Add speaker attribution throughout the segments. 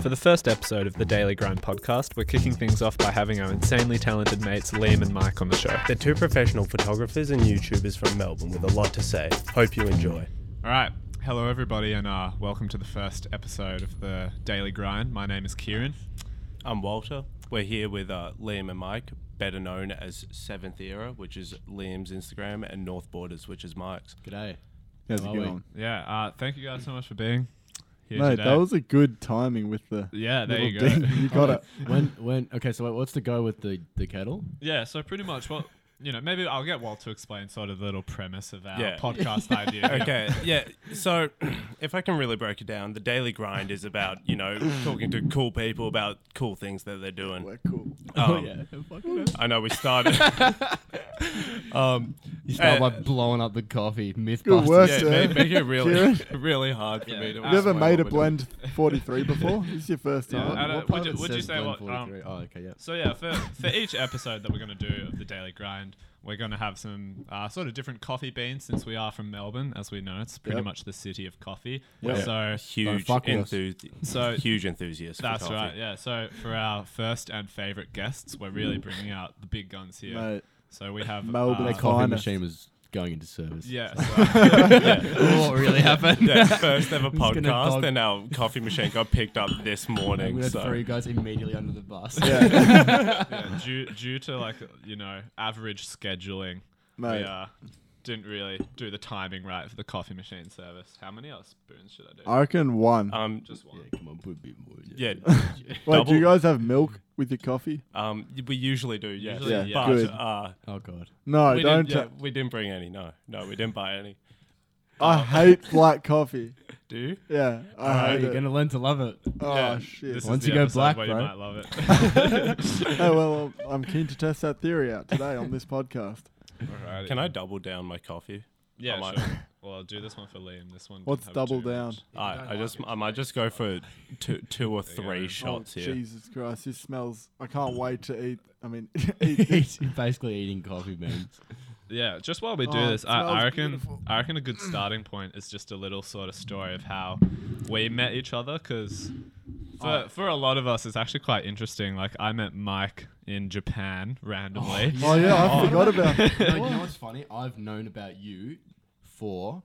Speaker 1: For the first episode of the Daily Grind podcast, we're kicking things off by having our insanely talented mates Liam and Mike on the show.
Speaker 2: They're two professional photographers and YouTubers from Melbourne with a lot to say. Hope you enjoy.
Speaker 1: All right. Hello, everybody, and uh, welcome to the first episode of the Daily Grind. My name is Kieran.
Speaker 2: I'm Walter. We're here with uh, Liam and Mike, better known as Seventh Era, which is Liam's Instagram, and North Borders, which is Mike's.
Speaker 3: G'day.
Speaker 4: That was
Speaker 3: How
Speaker 4: a
Speaker 3: are
Speaker 4: good
Speaker 3: we?
Speaker 4: one.
Speaker 1: Yeah, uh, thank you guys so much for being here
Speaker 4: Mate,
Speaker 1: today.
Speaker 4: that was a good timing with the.
Speaker 1: yeah, there you go.
Speaker 4: little ding. You got it.
Speaker 3: When when okay, so what's the go with the the kettle?
Speaker 1: Yeah, so pretty much what you know, maybe I'll get Walt to explain sort of the little premise of our
Speaker 2: Yeah.
Speaker 1: podcast idea.
Speaker 2: Okay, yeah. So, if I can really break it down, the daily grind is about you know talking to cool people about cool things that they're doing.
Speaker 4: We're cool.
Speaker 1: Ah,
Speaker 2: Um,
Speaker 3: Oh, yeah.
Speaker 2: I know we started. um,
Speaker 3: You start
Speaker 2: Uh,
Speaker 3: by blowing up the coffee. Mythbusters.
Speaker 4: Good work,
Speaker 2: yeah,
Speaker 4: sir.
Speaker 2: make, make it really,
Speaker 4: Kieran?
Speaker 2: really hard for me to.
Speaker 1: You
Speaker 4: You ever
Speaker 2: explain
Speaker 4: made a
Speaker 2: what we're doing.
Speaker 4: blend 43 before? This is your first
Speaker 1: Yeah,
Speaker 4: time.
Speaker 1: I don't-
Speaker 4: What
Speaker 1: would
Speaker 4: part
Speaker 1: you-
Speaker 4: of-
Speaker 1: would you say what, um,
Speaker 3: oh, okay, yeah.
Speaker 1: So yeah, for for each episode that we're going to do of the daily grind, we're going to have some uh, sort of different coffee beans since we are from Melbourne, as we know it's pretty
Speaker 4: Yep.
Speaker 1: much the city of coffee.
Speaker 4: Yep.
Speaker 1: So
Speaker 2: Huge
Speaker 3: fuck with us.
Speaker 2: enthusi-
Speaker 1: So-
Speaker 2: huge enthusiast. for
Speaker 1: that's
Speaker 2: coffee.
Speaker 1: right. Yeah. So for our first and favorite guests, we're really bringing out the big guns here.
Speaker 4: Mate,
Speaker 1: So we have
Speaker 4: Melbourne
Speaker 1: Uh,
Speaker 3: Coffee
Speaker 4: finest.
Speaker 3: machine was going into service.
Speaker 1: yeah. So,
Speaker 3: what really happened?
Speaker 2: Yeah, first ever
Speaker 3: gonna dog-
Speaker 2: podcast, and our coffee machine got picked up this
Speaker 3: I'm
Speaker 2: morning.
Speaker 3: gonna
Speaker 2: So
Speaker 3: throw you guys immediately under the bus.
Speaker 4: yeah,
Speaker 1: yeah, due due to like you know average scheduling, we
Speaker 4: mate.
Speaker 1: uh, didn't really do the timing right for the coffee machine service. How many other spoons should I do?
Speaker 4: I reckon one.
Speaker 3: Uh,
Speaker 2: um,
Speaker 1: Just one.
Speaker 3: Yeah, come on, put a bit more.
Speaker 2: yeah,
Speaker 4: Wait, do
Speaker 2: double-
Speaker 4: you guys have milk with your coffee?
Speaker 2: um, we usually do, yes.
Speaker 1: Usually, Yeah,
Speaker 2: but
Speaker 4: good.
Speaker 2: uh,
Speaker 3: Oh god.
Speaker 4: No,
Speaker 2: we
Speaker 4: don't. uh,
Speaker 2: didn't. Yeah,
Speaker 4: ta-
Speaker 2: we didn't bring any. No, no, we didn't buy any.
Speaker 4: I hate black coffee.
Speaker 2: Do you?
Speaker 4: Yeah,
Speaker 3: Oh,
Speaker 4: I hate
Speaker 3: you're
Speaker 4: it.
Speaker 3: gonna learn to love it.
Speaker 4: Oh,
Speaker 1: Uh, Yeah,
Speaker 4: shit.
Speaker 1: this is
Speaker 3: Once
Speaker 1: the
Speaker 3: you go
Speaker 1: episode
Speaker 3: black,
Speaker 1: where you
Speaker 3: bro.
Speaker 1: might love it.
Speaker 4: Hey, well, I'm keen to test that theory out today on this podcast.
Speaker 1: Alrighty.
Speaker 2: Can I double down my coffee?
Speaker 1: Yeah,
Speaker 2: I might-
Speaker 1: sure. Well, I'll do this one for Liam. This one. can
Speaker 4: What's
Speaker 1: have
Speaker 4: double
Speaker 1: too
Speaker 4: down?
Speaker 1: much.
Speaker 2: I, I just, I might just go for two, two or three shots
Speaker 4: oh,
Speaker 2: here.
Speaker 4: Jesus Christ, this smells. I can't wait to eat. I mean, eat this.
Speaker 3: He's basically eating coffee beans.
Speaker 1: Yeah, just while we do
Speaker 4: Oh,
Speaker 1: this,
Speaker 4: it
Speaker 1: I, I
Speaker 4: smells
Speaker 1: reckon
Speaker 4: beautiful.
Speaker 1: I reckon a good starting point is just a little sort of story of how we met each other, because for
Speaker 4: Oh.
Speaker 1: for a lot of us, it's actually quite interesting. Like I met Mike in Japan randomly.
Speaker 4: Oh yeah, I forgot about.
Speaker 3: no, you know what's funny? I've known about you for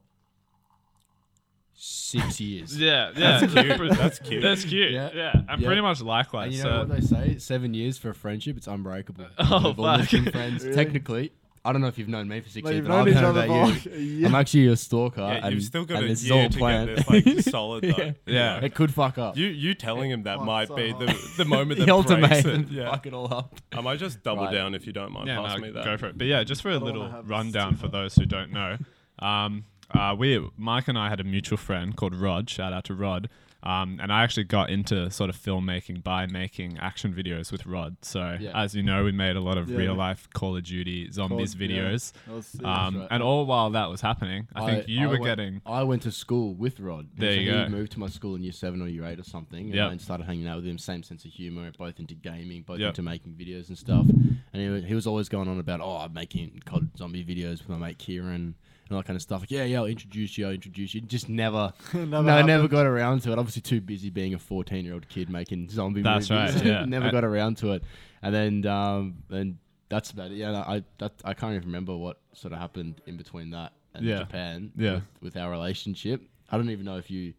Speaker 3: six years.
Speaker 1: Yeah, yeah, that's cute. that's
Speaker 2: cute.
Speaker 1: That's cute. Yeah,
Speaker 3: Yeah.
Speaker 1: and
Speaker 3: Yeah.
Speaker 1: pretty much
Speaker 3: And
Speaker 1: likewise.
Speaker 3: you know
Speaker 1: so
Speaker 2: uh,
Speaker 3: what they say? Seven years for a friendship, it's unbreakable.
Speaker 1: Oh,
Speaker 3: We've always
Speaker 1: fuck.
Speaker 3: been friends.
Speaker 4: Really?
Speaker 3: Technically, I don't know if you've known me for six
Speaker 4: Like,
Speaker 3: years,
Speaker 4: you've
Speaker 3: but
Speaker 4: known
Speaker 3: I've
Speaker 4: each
Speaker 3: known
Speaker 4: other
Speaker 3: about
Speaker 4: for
Speaker 3: you.
Speaker 4: a year.
Speaker 3: I'm actually your stalker.
Speaker 2: Yeah,
Speaker 3: and,
Speaker 2: you've still got
Speaker 3: and
Speaker 2: a
Speaker 3: this is
Speaker 2: year
Speaker 3: all
Speaker 2: to
Speaker 3: planned.
Speaker 2: get this like solid though.
Speaker 3: Yeah.
Speaker 1: Yeah.
Speaker 3: It could fuck up.
Speaker 2: You, you telling him that
Speaker 4: Oh,
Speaker 2: might
Speaker 4: so
Speaker 2: be
Speaker 4: hard.
Speaker 2: the, the moment
Speaker 3: the
Speaker 2: that breaks
Speaker 3: ultimatum.
Speaker 2: it. Yeah.
Speaker 3: Fuck it all up.
Speaker 2: I might just double
Speaker 3: Right.
Speaker 2: down if you don't mind.
Speaker 1: yeah,
Speaker 2: Pass
Speaker 1: no,
Speaker 2: me that.
Speaker 1: go for it. But yeah, just for a
Speaker 4: wanna
Speaker 1: little
Speaker 4: have this
Speaker 1: rundown for those who don't know, um, uh, we Mike and I had a mutual friend called Rod. Shout out to Rod. Um, and I actually got into sort of filmmaking by making action videos with Rod. So
Speaker 3: Yeah.
Speaker 1: as you know, we made a lot of
Speaker 4: Yeah.
Speaker 1: real life Call of Duty zombies
Speaker 4: Call- yeah.
Speaker 1: videos.
Speaker 4: That was sick.
Speaker 1: Um,
Speaker 3: right.
Speaker 1: And all while that was happening, I, think you were
Speaker 3: went-
Speaker 1: getting
Speaker 3: I went to school with Rod.
Speaker 1: There
Speaker 3: so
Speaker 1: you
Speaker 3: he
Speaker 1: go.
Speaker 3: moved to my school in year seven or year eight or something, and
Speaker 1: Yep.
Speaker 3: I started hanging out with him. Same sense of humor, both into gaming, both
Speaker 1: Yep.
Speaker 3: into making videos and stuff. And he, wa- he was always going on about, oh, I'm making COD zombie videos with my mate Kieran and all that kind of stuff. Like, yeah, yeah, I'll introduce you, I'll introduce you. Just never,
Speaker 4: Never
Speaker 3: no, I never
Speaker 4: happened.
Speaker 3: got around to it. Obviously, too busy being a 14 year old kid making zombie
Speaker 1: That's
Speaker 3: movies.
Speaker 1: right, yeah.
Speaker 3: never
Speaker 1: And-
Speaker 3: got around to it. And then, um, and that's about it. Yeah, no, I that, I can't even remember what sort of happened in between that and
Speaker 1: Yeah.
Speaker 3: Japan.
Speaker 1: Yeah.
Speaker 3: With, with our relationship, I don't even know if you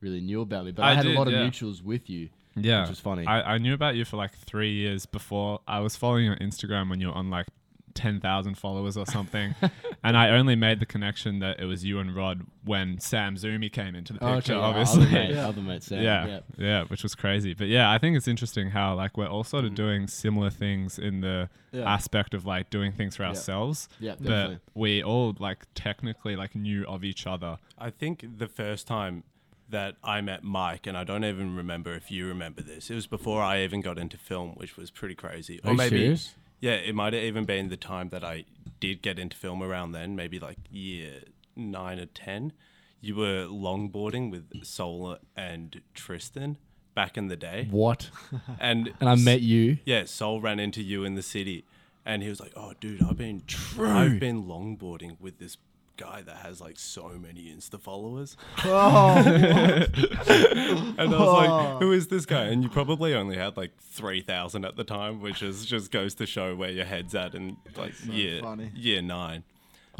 Speaker 3: really knew about me, but I,
Speaker 1: I
Speaker 3: had
Speaker 1: did,
Speaker 3: a lot
Speaker 1: yeah.
Speaker 3: of mutuals with you.
Speaker 1: Yeah.
Speaker 3: which was funny.
Speaker 1: I, I knew about you for like three years before. I was following you on Instagram when you were on like 10,000 followers or something. and I only made the connection that it was you and Rod when Sam Zumi came into the
Speaker 3: Oh,
Speaker 1: picture,
Speaker 3: yeah,
Speaker 1: obviously.
Speaker 3: other mate,
Speaker 1: yeah.
Speaker 3: other mate, Sam,
Speaker 1: Yeah,
Speaker 3: yeah.
Speaker 1: which was crazy. But yeah, I think it's interesting how like we're all
Speaker 3: Mm.
Speaker 1: sort of doing similar things in the
Speaker 4: Yeah.
Speaker 1: aspect of like doing things for ourselves.
Speaker 3: Yeah,
Speaker 1: but
Speaker 3: definitely.
Speaker 1: we all like technically like knew of each other.
Speaker 2: I think the first time that I met Mike, and I don't even remember if you remember this, it was before I even got into film, which was pretty crazy.
Speaker 3: Are you serious?
Speaker 2: yeah, it might have even been the time that I did get into film around then, maybe like year nine or 10. You were longboarding with Solar and Tristan back in the day.
Speaker 3: What?
Speaker 2: And,
Speaker 3: And I met you.
Speaker 2: yeah, Sol ran into you in the city, and he was like, "Oh, dude, I've been I've been longboarding with this guy that has like so many Insta followers.
Speaker 4: Oh,
Speaker 2: And I was
Speaker 3: Oh.
Speaker 2: like, who is this guy? And you probably only had like 3,000 at the time, which is just goes to show where your head's at in like year,
Speaker 4: funny.
Speaker 2: year nine.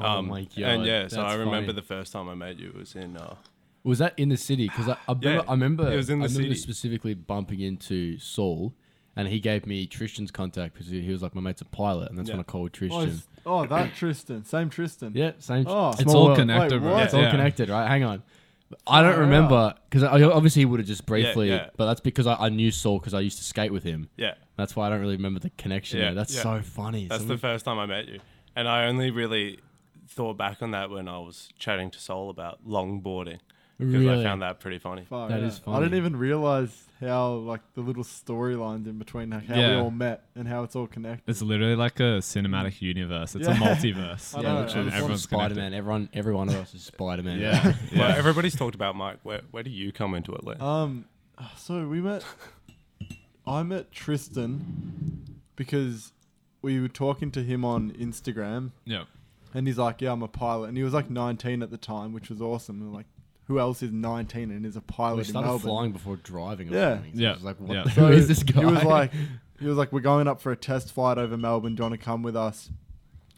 Speaker 3: Oh my God,
Speaker 2: Um, And yeah, so I
Speaker 3: that's
Speaker 2: remember
Speaker 3: funny.
Speaker 2: the first time I met you was in, uh,
Speaker 3: Was that in the city? Because I, I, remember,
Speaker 2: Yeah,
Speaker 3: I remember,
Speaker 2: it was in the
Speaker 3: I remember
Speaker 2: city.
Speaker 3: specifically bumping into Saul, and he gave me Tristan's contact because he he was like, my mate's a pilot, and that's when
Speaker 2: Yeah.
Speaker 3: I called
Speaker 4: oh,
Speaker 3: Tristan.
Speaker 4: it's- oh, that Tristan, same Tristan.
Speaker 3: Yeah, same.
Speaker 4: Oh.
Speaker 1: It's all
Speaker 3: world.
Speaker 1: connected,
Speaker 4: Wait,
Speaker 1: bro.
Speaker 4: what?
Speaker 3: Oh, It's all
Speaker 1: Yeah.
Speaker 3: connected, right? Hang on. I don't
Speaker 4: Far
Speaker 3: remember because obviously he would have just briefly,
Speaker 2: yeah.
Speaker 3: but that's because I, I knew Saul because I used to skate with him.
Speaker 2: yeah,
Speaker 3: That's why I don't really remember the connection.
Speaker 2: Yeah,
Speaker 3: there. That's
Speaker 2: yeah.
Speaker 3: so funny.
Speaker 2: that's the
Speaker 3: Someone-
Speaker 2: first time I met you. And I only really thought back on that when I was chatting to Sol about longboarding because
Speaker 3: Really?
Speaker 2: I found that pretty funny.
Speaker 4: Fuck,
Speaker 3: That
Speaker 4: yeah.
Speaker 3: is
Speaker 4: I didn't
Speaker 3: funny.
Speaker 4: even realize how like the little storylines in between like, how
Speaker 1: Yeah.
Speaker 4: we all met and how it's all connected.
Speaker 1: It's literally like a cinematic universe. It's
Speaker 4: Mm. Yeah.
Speaker 1: a multiverse.
Speaker 4: I
Speaker 3: yeah,
Speaker 4: know,
Speaker 1: which
Speaker 4: I
Speaker 1: is-
Speaker 4: just want
Speaker 1: everyone's
Speaker 3: Spider
Speaker 1: connected.
Speaker 3: Man. Everyone, every one of us is Spider Man.
Speaker 1: Yeah.
Speaker 2: Well,
Speaker 1: yeah.
Speaker 2: everybody's talked about Mike. Where, where do you come into it, Len?
Speaker 3: Uh,
Speaker 4: Um, so we met. I met Tristan because we were talking to him on Instagram,
Speaker 1: Yeah.
Speaker 4: and he's like, "Yeah, I'm a pilot," and he was like 19 at the time, which was awesome. And like, who else is 19 and is a pilot
Speaker 3: we
Speaker 4: in
Speaker 3: started
Speaker 4: Melbourne?
Speaker 3: flying before driving. Or
Speaker 4: Yeah.
Speaker 3: something. So
Speaker 1: Yeah.
Speaker 3: I was like, what
Speaker 1: Yeah.
Speaker 3: the-
Speaker 4: So
Speaker 3: who is this guy?
Speaker 4: He was like, he was like, we're going up for a test flight over Melbourne. Do you want to come with us?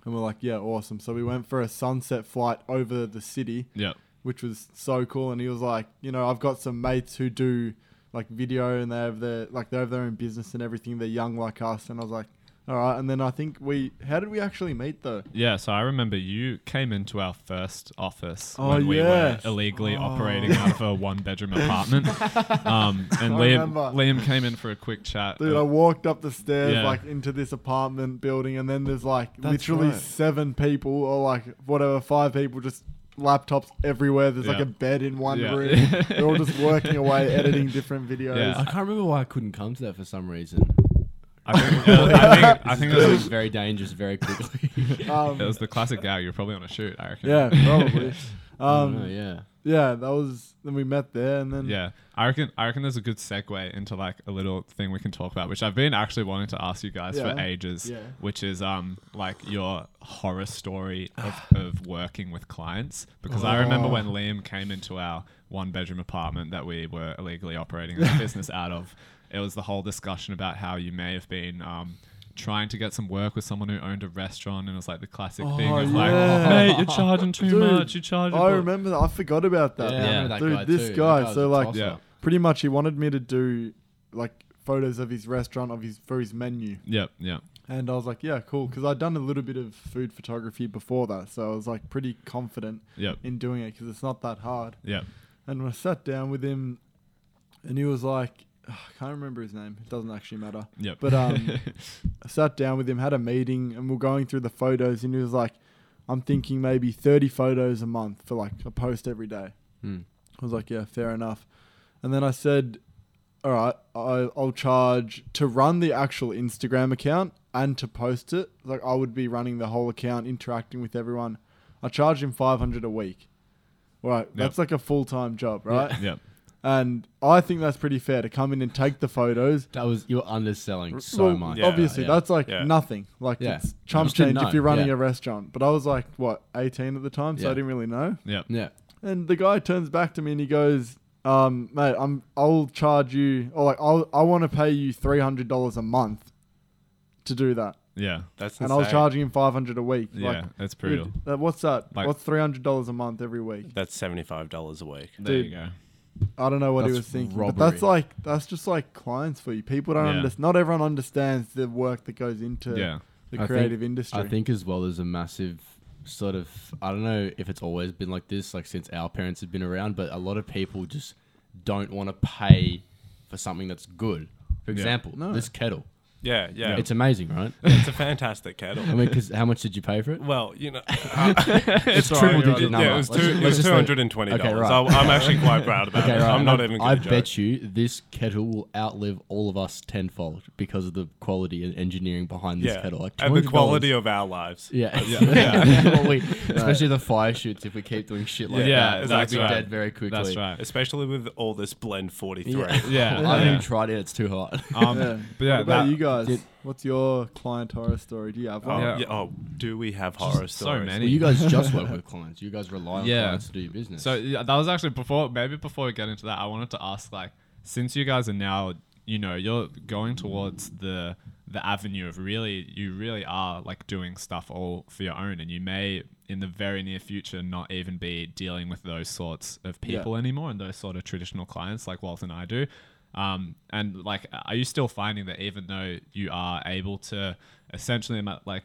Speaker 4: And we're like, yeah, awesome. So we went for a sunset flight over the city,
Speaker 1: Yeah.
Speaker 4: which was so cool. And he was like, you know, I've got some mates who do like video and they have their like they have their own business and everything. They're young like us. And I was like, all right. And then I think we, how did we actually meet though?
Speaker 1: Yeah, so I remember you came into our first office
Speaker 4: Oh,
Speaker 1: when we
Speaker 4: yes.
Speaker 1: were illegally
Speaker 4: Oh.
Speaker 1: operating out of a one-bedroom apartment, um, and
Speaker 4: I
Speaker 1: Liam,
Speaker 4: remember.
Speaker 1: Liam came in for a quick chat.
Speaker 4: Dude, I walked up the stairs
Speaker 1: Yeah.
Speaker 4: like into this apartment building, and then there's like
Speaker 1: That's
Speaker 4: literally
Speaker 1: right.
Speaker 4: seven people or like whatever, five people just laptops everywhere. There's like
Speaker 1: Yeah.
Speaker 4: a bed in one
Speaker 1: Yeah.
Speaker 4: room. They're all just working away, editing different videos.
Speaker 1: Yeah.
Speaker 3: I can't remember why I couldn't come to that for some reason.
Speaker 1: I think, uh, I think, I
Speaker 3: This
Speaker 1: think
Speaker 3: is
Speaker 1: that
Speaker 3: going
Speaker 1: was,
Speaker 3: very dangerous very quickly.
Speaker 1: that
Speaker 4: Um,
Speaker 1: was the classic guy. You were probably on a shoot, I reckon.
Speaker 4: yeah, probably.
Speaker 3: I don't know,
Speaker 4: Um,
Speaker 3: yeah.
Speaker 4: yeah, that was. Then we met there, and then
Speaker 1: Yeah, I reckon. I reckon there's a good segue into like a little thing we can talk about, which I've been actually wanting to ask you guys for
Speaker 4: Yeah.
Speaker 1: ages.
Speaker 4: Yeah.
Speaker 1: Which is um like your horror story of, of working with clients, because I remember when
Speaker 4: Oh.
Speaker 1: Liam came into our one bedroom apartment that we were illegally operating our business out of. It was the whole discussion about how you may have been. Um, Trying to get some work with someone who owned a restaurant, and it was like the classic thing of like,
Speaker 4: Oh, yeah.
Speaker 1: "Mate, you're charging too
Speaker 4: Dude,
Speaker 1: much. You're charging."
Speaker 4: oh, I
Speaker 1: bu-"
Speaker 4: remember that. I forgot about that.
Speaker 3: Yeah, I remember that
Speaker 4: Dude,
Speaker 3: guy
Speaker 4: this
Speaker 3: too. That
Speaker 4: guy.
Speaker 3: guy was a
Speaker 4: so like,
Speaker 3: toss-up.
Speaker 1: Yeah.
Speaker 4: pretty much, he wanted me to do like photos of his restaurant of his for his menu.
Speaker 1: Yep, yep.
Speaker 4: And I was like, yeah, cool. Because I'd done a little bit of food photography before that. So I was like pretty confident
Speaker 1: Yep.
Speaker 4: in doing it because it's not that hard.
Speaker 1: Yep.
Speaker 4: And when I sat down with him, and he was like, I can't remember his name. It doesn't actually matter.
Speaker 1: Yep.
Speaker 4: But um, I sat down with him, had a meeting, and we're going through the photos. And he was like, I'm thinking maybe 30 photos a month for like a post every day.
Speaker 3: Hmm.
Speaker 4: I was like, yeah, fair enough. And then I said, all right, I, I'll charge to run the actual Instagram account and to post it. Like I would be running the whole account, interacting with everyone. I charge him 500 a week. Right, that's like a full time job, right?
Speaker 1: yep.
Speaker 4: And I think that's pretty fair to come in and take the photos.
Speaker 3: That was you're underselling so
Speaker 4: Well,
Speaker 3: much.
Speaker 2: Yeah,
Speaker 4: obviously,
Speaker 3: yeah.
Speaker 4: that's like
Speaker 2: yeah.
Speaker 4: nothing. Like
Speaker 3: Yeah.
Speaker 4: it's chump
Speaker 3: Just didn't
Speaker 4: change
Speaker 3: know,
Speaker 4: if you're running
Speaker 3: yeah.
Speaker 4: a restaurant. But I was like, what, 18 at the time, so
Speaker 3: Yeah.
Speaker 4: I didn't really know.
Speaker 1: Yep.
Speaker 3: yeah.
Speaker 4: And the guy turns back to me and he goes, um, mate, I'm I'll charge you or like I'll I want to pay you three hundred dollars a month to do that.
Speaker 1: Yeah.
Speaker 2: That's insane.
Speaker 4: And I was charging him five hundred a week.
Speaker 1: Yeah,
Speaker 4: like
Speaker 1: that's brutal.
Speaker 4: dude, that, what's that?
Speaker 1: Like-
Speaker 4: what's three hundred dollars a month every week?
Speaker 2: That's $75 a week.
Speaker 1: there
Speaker 4: dude.
Speaker 1: you go.
Speaker 4: I don't know what he
Speaker 3: That's
Speaker 4: was thinking. But
Speaker 3: robbery.
Speaker 4: that's like that's just like clients for you. People don't
Speaker 1: Yeah.
Speaker 4: understand not everyone understands the work that goes into
Speaker 1: yeah.
Speaker 3: I
Speaker 4: the
Speaker 3: think-
Speaker 4: creative industry.
Speaker 3: I think as well there's a massive sort of I don't know if it's always been like this, like since our parents have been around, but a lot of people just don't want to pay for something that's good. For example,
Speaker 4: No.
Speaker 3: this kettle.
Speaker 2: Yeah, yeah.
Speaker 3: It's amazing, right?
Speaker 2: It's a fantastic kettle.
Speaker 3: I mean, because how much did you pay for it?
Speaker 2: Well, you know, uh,
Speaker 3: It's
Speaker 1: triple alright,
Speaker 3: triple digit
Speaker 1: digit
Speaker 3: number.
Speaker 2: yeah, it was,
Speaker 3: Let's
Speaker 2: two,
Speaker 3: just-
Speaker 2: it
Speaker 3: let's
Speaker 2: was
Speaker 3: just
Speaker 2: two
Speaker 3: let-
Speaker 2: hundred and twenty
Speaker 3: Okay,
Speaker 2: dollars.
Speaker 3: right.
Speaker 2: I'm actually quite proud about
Speaker 3: Okay,
Speaker 2: it.
Speaker 3: right.
Speaker 2: I'm
Speaker 3: and
Speaker 2: not
Speaker 3: I-
Speaker 2: even. Gonna
Speaker 3: I
Speaker 2: joke.
Speaker 3: bet you this kettle will outlive all of us tenfold because of the quality and engineering behind this
Speaker 2: Yeah,
Speaker 3: kettle. Like
Speaker 2: and the
Speaker 3: $200
Speaker 2: quality of our lives.
Speaker 3: Uh, Yeah, What we- especially the fire shoots. If we keep doing shit like
Speaker 1: Yeah,
Speaker 3: that,
Speaker 1: that's
Speaker 3: we'll be
Speaker 1: right.
Speaker 3: dead very quickly.
Speaker 1: That's right.
Speaker 2: Especially with all this blend forty three.
Speaker 3: Yeah.
Speaker 1: Yeah.
Speaker 3: I
Speaker 1: yeah.
Speaker 3: haven't even tried it. It's too hot.
Speaker 1: Um,
Speaker 4: Yeah.
Speaker 1: But yeah,
Speaker 4: What about
Speaker 1: that-
Speaker 4: you guys?
Speaker 3: Did-
Speaker 4: What's your client horror story? Do you have
Speaker 2: Oh,
Speaker 4: one?
Speaker 1: Yeah.
Speaker 2: yeah, oh, do we have
Speaker 1: Just
Speaker 2: horror
Speaker 1: so
Speaker 2: stories?
Speaker 1: many.
Speaker 3: Well, you guys just work with clients. You guys rely on
Speaker 1: Yeah.
Speaker 3: clients to do your business.
Speaker 1: So yeah, that was actually before. Maybe before we get into that, I wanted to ask like, since you guys are now, you know, you're going towards the the avenue of really, you really are like doing stuff all for your own, and you may in the very near future not even be dealing with those sorts of
Speaker 4: Yeah.
Speaker 1: people anymore and those sort of traditional clients like Walt and I do. Um, and like, are you still finding that even though you are able to essentially like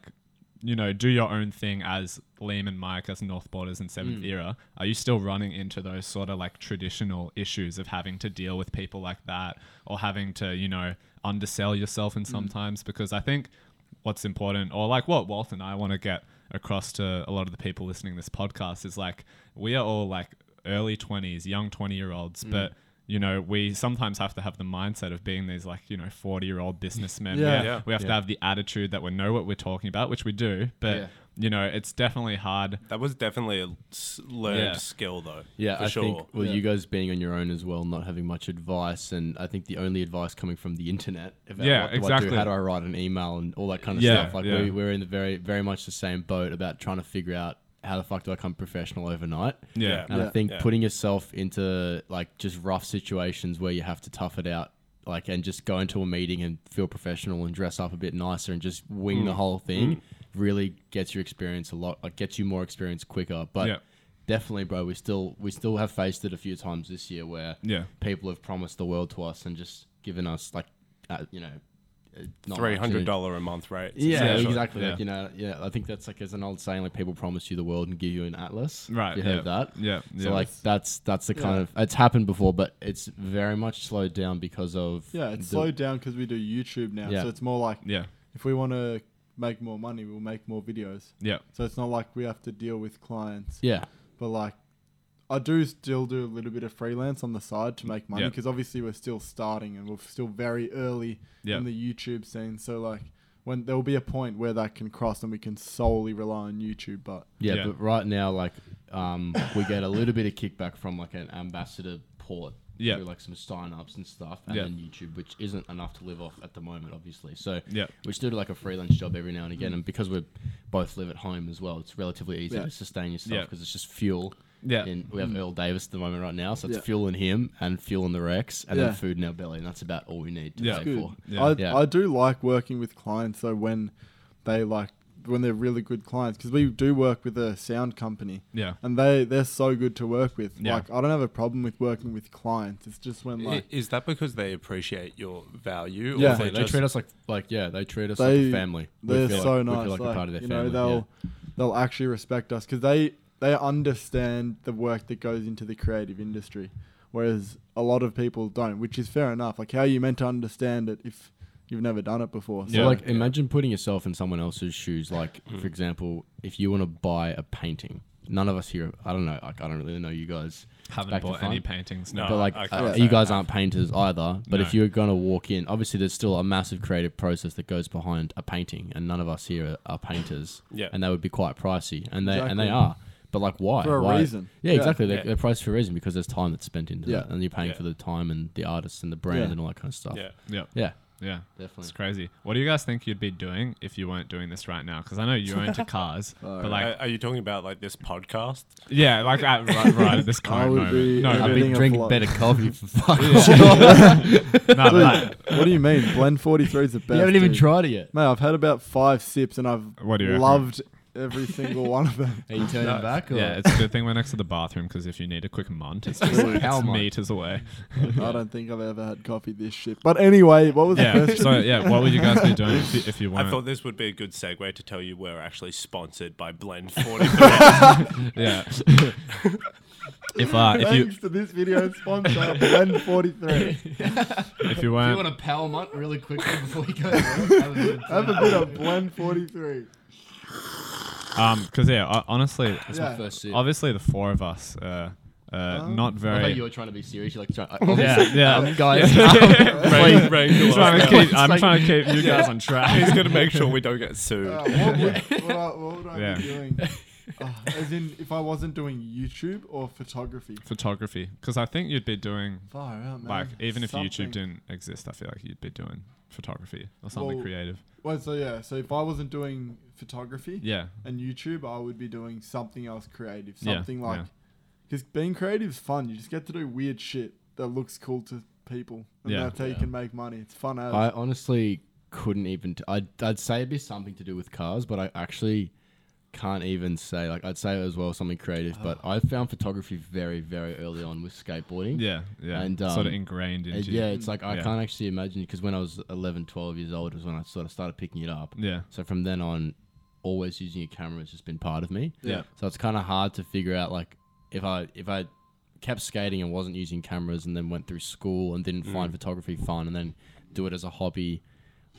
Speaker 1: you know, do your own thing as Liam and Mike, as North Borders and Seventh Era, are you still running into those sort of like traditional issues of having to deal with people like that or having to, you know, undersell yourself in sometimes? Because I think what's important, or like what Walt and I want to get across to a lot of the people listening to this podcast is like, we are all like early 20s, young 20 year olds, but. You know, we sometimes have to have the mindset of being these like, you know, 40 year old businessmen.
Speaker 4: Yeah.
Speaker 1: where
Speaker 2: Yeah.
Speaker 1: We have to
Speaker 3: Yeah.
Speaker 1: have the attitude that we know what we're talking about, which we do, but
Speaker 3: Yeah.
Speaker 1: you know, it's definitely hard.
Speaker 2: That was definitely a s- learned
Speaker 1: Yeah.
Speaker 2: skill, though.
Speaker 3: Yeah,
Speaker 2: for
Speaker 3: I
Speaker 2: sure.
Speaker 3: think well,
Speaker 4: Yeah.
Speaker 3: you guys being on your own as well, not having much advice, and I think the only advice coming from the internet about
Speaker 1: Yeah,
Speaker 3: what do I
Speaker 1: exactly.
Speaker 3: do, how do I write an email, and all that kind of
Speaker 1: Yeah,
Speaker 3: stuff. Like
Speaker 1: yeah.
Speaker 3: we, we're in the very, very much the same boat about trying to figure out how the fuck do I come professional overnight.
Speaker 1: Yeah. Uh,
Speaker 3: And I
Speaker 4: Yeah.
Speaker 3: think
Speaker 2: Yeah.
Speaker 3: putting yourself into like just rough situations where you have to tough it out, like and just go into a meeting and feel professional and dress up a bit nicer and just wing
Speaker 1: Mm.
Speaker 3: the whole thing, really gets your experience a lot, like gets you more experience quicker. But
Speaker 1: Yeah.
Speaker 3: definitely, bro, we still we still have faced it a few times this year where
Speaker 1: Yeah.
Speaker 3: people have promised the world to us and just given us like, uh, you know, uh, not much.
Speaker 2: Three hundred dollar a month, right?
Speaker 3: Yeah,
Speaker 1: essentially-
Speaker 3: exactly.
Speaker 1: Yeah.
Speaker 3: Like, you know, yeah, I think that's like there's an old saying like people promise you the world and give you an atlas.
Speaker 1: Right.
Speaker 3: You
Speaker 1: yeah.
Speaker 3: heard that?
Speaker 1: Yeah. yeah.
Speaker 3: So like that's that's the kind
Speaker 4: Yeah.
Speaker 3: of it's happened before, but it's very much slowed down because of
Speaker 4: Yeah, it's
Speaker 3: the-
Speaker 4: slowed down because we do YouTube now.
Speaker 3: Yeah.
Speaker 4: So it's more like
Speaker 1: yeah.
Speaker 4: if we want to make more money, we'll make more videos.
Speaker 1: Yeah.
Speaker 4: So it's not like we have to deal with clients.
Speaker 3: Yeah,
Speaker 4: But like, I do still do a little bit of freelance on the side to make money
Speaker 1: Yeah.
Speaker 4: because obviously we're still starting and we're still very early
Speaker 1: Yeah.
Speaker 4: in the YouTube scene. So like, when there will be a point where that can cross and we can solely rely on YouTube. But
Speaker 3: yeah,
Speaker 1: Yeah.
Speaker 3: But right now, like um, we get a little bit of kickback from like an ambassador port.
Speaker 1: Yeah.
Speaker 3: through, like some sign ups and stuff, and
Speaker 1: Yeah.
Speaker 3: then YouTube, which isn't enough to live off at the moment, obviously. So
Speaker 1: Yeah.
Speaker 3: we still do like a freelance job every now and again, and because we both live at home as well, it's relatively easy
Speaker 4: Yeah. Mm.
Speaker 3: to sustain yourself
Speaker 1: Yeah.
Speaker 3: because it's just fuel.
Speaker 1: Yeah.
Speaker 3: in- we have Earl Davis at the moment right now, so it's
Speaker 4: Yeah.
Speaker 3: fuel in him and fuel in the Rex, and
Speaker 4: Yeah.
Speaker 3: then food in our belly, and that's about all we need to
Speaker 1: Yeah.
Speaker 3: pay
Speaker 1: Good.
Speaker 3: for.
Speaker 1: Yeah.
Speaker 4: I,
Speaker 3: Yeah.
Speaker 4: I do like working with clients though when they like when they're really good clients because we do work with a sound company
Speaker 1: Yeah.
Speaker 4: and they they're so good to work with.
Speaker 1: Yeah.
Speaker 4: Like I don't have a problem with working with clients. It's just when
Speaker 2: I-
Speaker 4: like
Speaker 2: Is that because they appreciate your value?
Speaker 4: Yeah.
Speaker 2: Or
Speaker 3: They,
Speaker 2: they
Speaker 3: they
Speaker 2: just,
Speaker 3: treat us like like yeah, they treat us like
Speaker 4: They-
Speaker 3: a family. We
Speaker 4: they're
Speaker 3: feel
Speaker 4: so
Speaker 3: like,
Speaker 4: nice.
Speaker 3: We feel like,
Speaker 4: like,
Speaker 3: a part of their
Speaker 4: you
Speaker 3: family.
Speaker 4: know they'll they'll actually respect us because they they understand the work that goes into the creative industry, whereas a lot of people don't, which is fair enough. Like how are you meant to understand it if you've never done it before?
Speaker 3: yeah.
Speaker 1: Yeah.
Speaker 3: So like imagine putting yourself in someone else's shoes. Like for example, if you want to buy a painting, none of us here. I don't know. Like I don't really know you guys.
Speaker 1: Haven't
Speaker 3: back to
Speaker 1: bought any
Speaker 3: fun.
Speaker 1: paintings.
Speaker 2: No.
Speaker 1: No.
Speaker 3: but like
Speaker 2: I
Speaker 3: uh,
Speaker 2: can't
Speaker 3: you
Speaker 2: say
Speaker 3: guys aren't painters either. But if
Speaker 1: No.
Speaker 3: you're gonna walk in, obviously there's still a massive creative process that goes behind a painting, and none of us here are, are painters.
Speaker 2: Yeah.
Speaker 3: and they would be quite pricey, and they and they
Speaker 4: Exactly.
Speaker 3: are. But like why?
Speaker 4: For a
Speaker 3: Why-
Speaker 4: reason.
Speaker 3: Yeah,
Speaker 4: Yeah.
Speaker 3: exactly. They're,
Speaker 2: Yeah.
Speaker 3: they're priced for a reason because there's time that's spent into
Speaker 4: Yeah.
Speaker 3: that, and you're paying
Speaker 2: Yeah.
Speaker 3: for the time and the artists and the brand
Speaker 4: Yeah.
Speaker 3: and all that kind of stuff.
Speaker 2: Yeah.
Speaker 1: yeah.
Speaker 3: yeah,
Speaker 1: Yeah.
Speaker 3: definitely.
Speaker 1: It's crazy. What do you guys think you'd be doing if you weren't doing this right now? Because I know you're into cars, but like,
Speaker 2: are, are you talking about like this podcast?
Speaker 1: yeah, like at, right, right at this current
Speaker 4: would
Speaker 1: moment.
Speaker 4: be-
Speaker 1: no,
Speaker 4: I'd
Speaker 1: but-
Speaker 3: I've
Speaker 4: Building
Speaker 3: been
Speaker 4: a
Speaker 3: drinking
Speaker 4: vlog.
Speaker 3: better coffee for fuck.
Speaker 1: no, but like-
Speaker 4: Dude, what do you mean? Blend forty three is the best.
Speaker 3: you haven't even
Speaker 4: dude.
Speaker 3: tried it yet.
Speaker 4: Mate, I've had about five sips and I've
Speaker 1: What do you reckon?
Speaker 4: loved every single one of them.
Speaker 3: Are you turning
Speaker 1: No.
Speaker 3: back? Or?
Speaker 1: yeah, it's a good thing we're next to the bathroom because if you need a quick munt, it's just
Speaker 3: Dude, how
Speaker 1: it's
Speaker 3: much?
Speaker 1: meters away.
Speaker 4: I don't think I've ever had coffee this shit. But anyway, what was the
Speaker 1: Yeah.
Speaker 4: question?
Speaker 1: So yeah, what would you guys be doing if you, if you weren't?
Speaker 2: I thought this would be a good segue to tell you we're actually sponsored by Blend Forty Three.
Speaker 1: yeah. if uh, if you
Speaker 4: Thanks to this video sponsor, Blend 43.
Speaker 1: if you weren't
Speaker 3: to pal munt really quickly before we go? That's
Speaker 4: Have a bit of Blend 43.
Speaker 1: Um, because yeah, uh, honestly,
Speaker 4: Yeah.
Speaker 3: my first sip.
Speaker 1: obviously the four of us, uh, uh, not
Speaker 3: I thought you
Speaker 1: very.
Speaker 3: were trying to be serious. You're like, try-
Speaker 1: Yeah, yeah.
Speaker 3: um, guys.
Speaker 2: Rain- rain to us
Speaker 1: trying to
Speaker 2: now.
Speaker 1: keep, I'm trying to keep you guys on track.
Speaker 3: Oh.
Speaker 2: He's gonna make sure we don't get sued.
Speaker 4: Uh, what, would, what, I- what would I
Speaker 1: Yeah.
Speaker 4: be doing? Ah, as in, if I wasn't doing YouTube or photography.
Speaker 1: photography because I think you'd be doing
Speaker 4: Far out, man.
Speaker 1: like even if
Speaker 4: Something.
Speaker 1: YouTube didn't exist, I feel like you'd be doing photography or something
Speaker 4: Well-
Speaker 1: creative.
Speaker 4: Wait, so yeah, so if I wasn't doing photography
Speaker 1: Yeah,
Speaker 4: and YouTube, I would be doing something else creative.
Speaker 1: Yeah,
Speaker 4: Something like.
Speaker 1: yeah.
Speaker 4: Because being creative is fun. You just get to do weird shit that looks cool to people. And
Speaker 1: Yeah.
Speaker 4: that's how you
Speaker 3: Yeah.
Speaker 4: can make money. It's fun as.
Speaker 3: I honestly couldn't even. T- I'd, I'd say it'd be something to do with cars, but I actually can't even say. Like, I'd say it as well something creative, but I found photography very, very early on with skateboarding.
Speaker 1: yeah, yeah,
Speaker 3: And,
Speaker 1: sort of
Speaker 3: um,
Speaker 1: ingrained
Speaker 3: And
Speaker 1: into you.
Speaker 3: yeah, it's like I
Speaker 1: Yeah.
Speaker 3: can't actually imagine because when I was 11, 12 years old was when I sort of started picking it up.
Speaker 1: yeah,
Speaker 3: So from then on, always using a camera has just been part of me.
Speaker 1: yeah,
Speaker 3: So it's kind of hard to figure out like if I if I kept skating and wasn't using cameras and then went through school and didn't
Speaker 4: Mm.
Speaker 3: find photography fun and then do it as a hobby,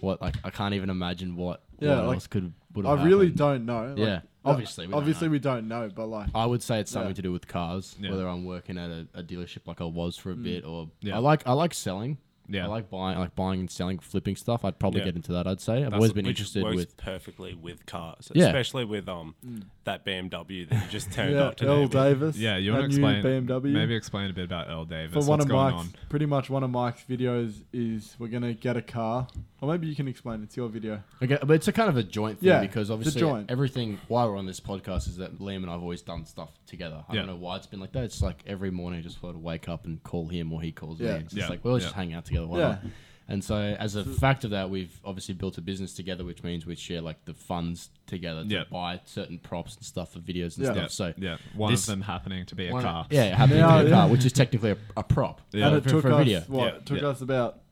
Speaker 3: what like I can't even imagine what
Speaker 4: Yeah,
Speaker 3: what
Speaker 4: like,
Speaker 3: else could would
Speaker 4: I
Speaker 3: have
Speaker 4: really
Speaker 3: happened.
Speaker 4: don't know. Like,
Speaker 3: yeah obviously we don't
Speaker 4: obviously,
Speaker 3: know.
Speaker 4: we don't know, but like.
Speaker 3: I would say it's something
Speaker 4: Yeah.
Speaker 3: to do with cars
Speaker 1: Yeah.
Speaker 3: whether I'm working at a, a dealership like I was for a bit or
Speaker 1: Yeah.
Speaker 3: I like I like selling
Speaker 1: yeah.
Speaker 3: I like buying I like buying and selling flipping stuff I'd probably
Speaker 2: Yeah.
Speaker 3: get into that I'd say I've
Speaker 2: That's
Speaker 3: always
Speaker 2: what-
Speaker 3: been
Speaker 2: which
Speaker 3: interested
Speaker 2: works
Speaker 3: with
Speaker 2: perfectly with cars,
Speaker 3: Yeah. Mm.
Speaker 2: especially with um that BMW that you just turned
Speaker 4: Yeah,
Speaker 2: up
Speaker 3: Oh,
Speaker 4: Earl
Speaker 2: today.
Speaker 4: Davis.
Speaker 1: yeah, you
Speaker 4: our
Speaker 1: want to
Speaker 4: new
Speaker 1: explain
Speaker 4: BMW.
Speaker 1: Maybe explain a bit about Earl Davis.
Speaker 4: For
Speaker 1: what's
Speaker 4: one of
Speaker 1: going
Speaker 4: Mike's,
Speaker 1: on?
Speaker 4: pretty much one of Mike's videos is we're gonna get a car, or maybe you can explain. It's your video.
Speaker 3: Okay, but it's a kind of a joint thing
Speaker 4: Yeah, it's
Speaker 3: because
Speaker 4: a
Speaker 3: obviously
Speaker 4: joint.
Speaker 3: everything while we're on this podcast is that Liam and I've always done stuff together. I
Speaker 1: Yeah.
Speaker 3: don't know why it's been like that. It's like every morning I just want to wake up and call him or he calls
Speaker 4: Yeah.
Speaker 3: me. It's just
Speaker 1: Yeah,
Speaker 3: like we'll
Speaker 1: yeah.
Speaker 3: just hang out together. Why
Speaker 4: Yeah.
Speaker 3: not? And so as a fact of that, we've obviously built a business together, which means we share like the funds together to
Speaker 1: Yeah.
Speaker 3: buy certain props and stuff for videos and
Speaker 4: Yeah.
Speaker 3: stuff.
Speaker 1: Yeah,
Speaker 3: So
Speaker 1: yeah, one
Speaker 3: this-
Speaker 1: of them happening to be a
Speaker 3: one-
Speaker 1: car.
Speaker 3: yeah, it happened to
Speaker 4: Yeah,
Speaker 3: be a
Speaker 4: yeah.
Speaker 3: car, which is technically a, a prop.
Speaker 1: Yeah.
Speaker 4: and it
Speaker 3: for-
Speaker 4: took
Speaker 3: for a
Speaker 4: us
Speaker 3: video.
Speaker 4: what?
Speaker 1: Yeah,
Speaker 4: It took
Speaker 1: yeah.
Speaker 4: us about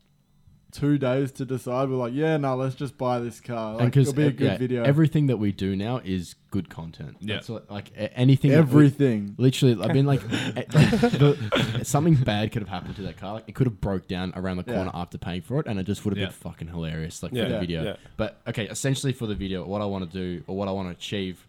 Speaker 4: two days to decide. We're like, yeah, no, let's just buy this car.
Speaker 3: And
Speaker 4: Like,
Speaker 3: because
Speaker 4: it'll be a good video.
Speaker 3: everything that we do now is good content.
Speaker 1: Yeah.
Speaker 3: That's what, like a- anything. that we-
Speaker 2: Mm.
Speaker 4: everything.
Speaker 3: Literally, I've been like, eh, like, the, something bad could have happened to that car. Like, it could have broke down around the
Speaker 4: Yeah.
Speaker 3: corner after paying for it, and it just would have
Speaker 1: Yeah.
Speaker 3: been fucking hilarious, like
Speaker 2: Yeah.
Speaker 3: for the
Speaker 2: Yeah.
Speaker 3: video.
Speaker 2: Yeah.
Speaker 3: But okay, essentially for the video, what I want to do or what I want to achieve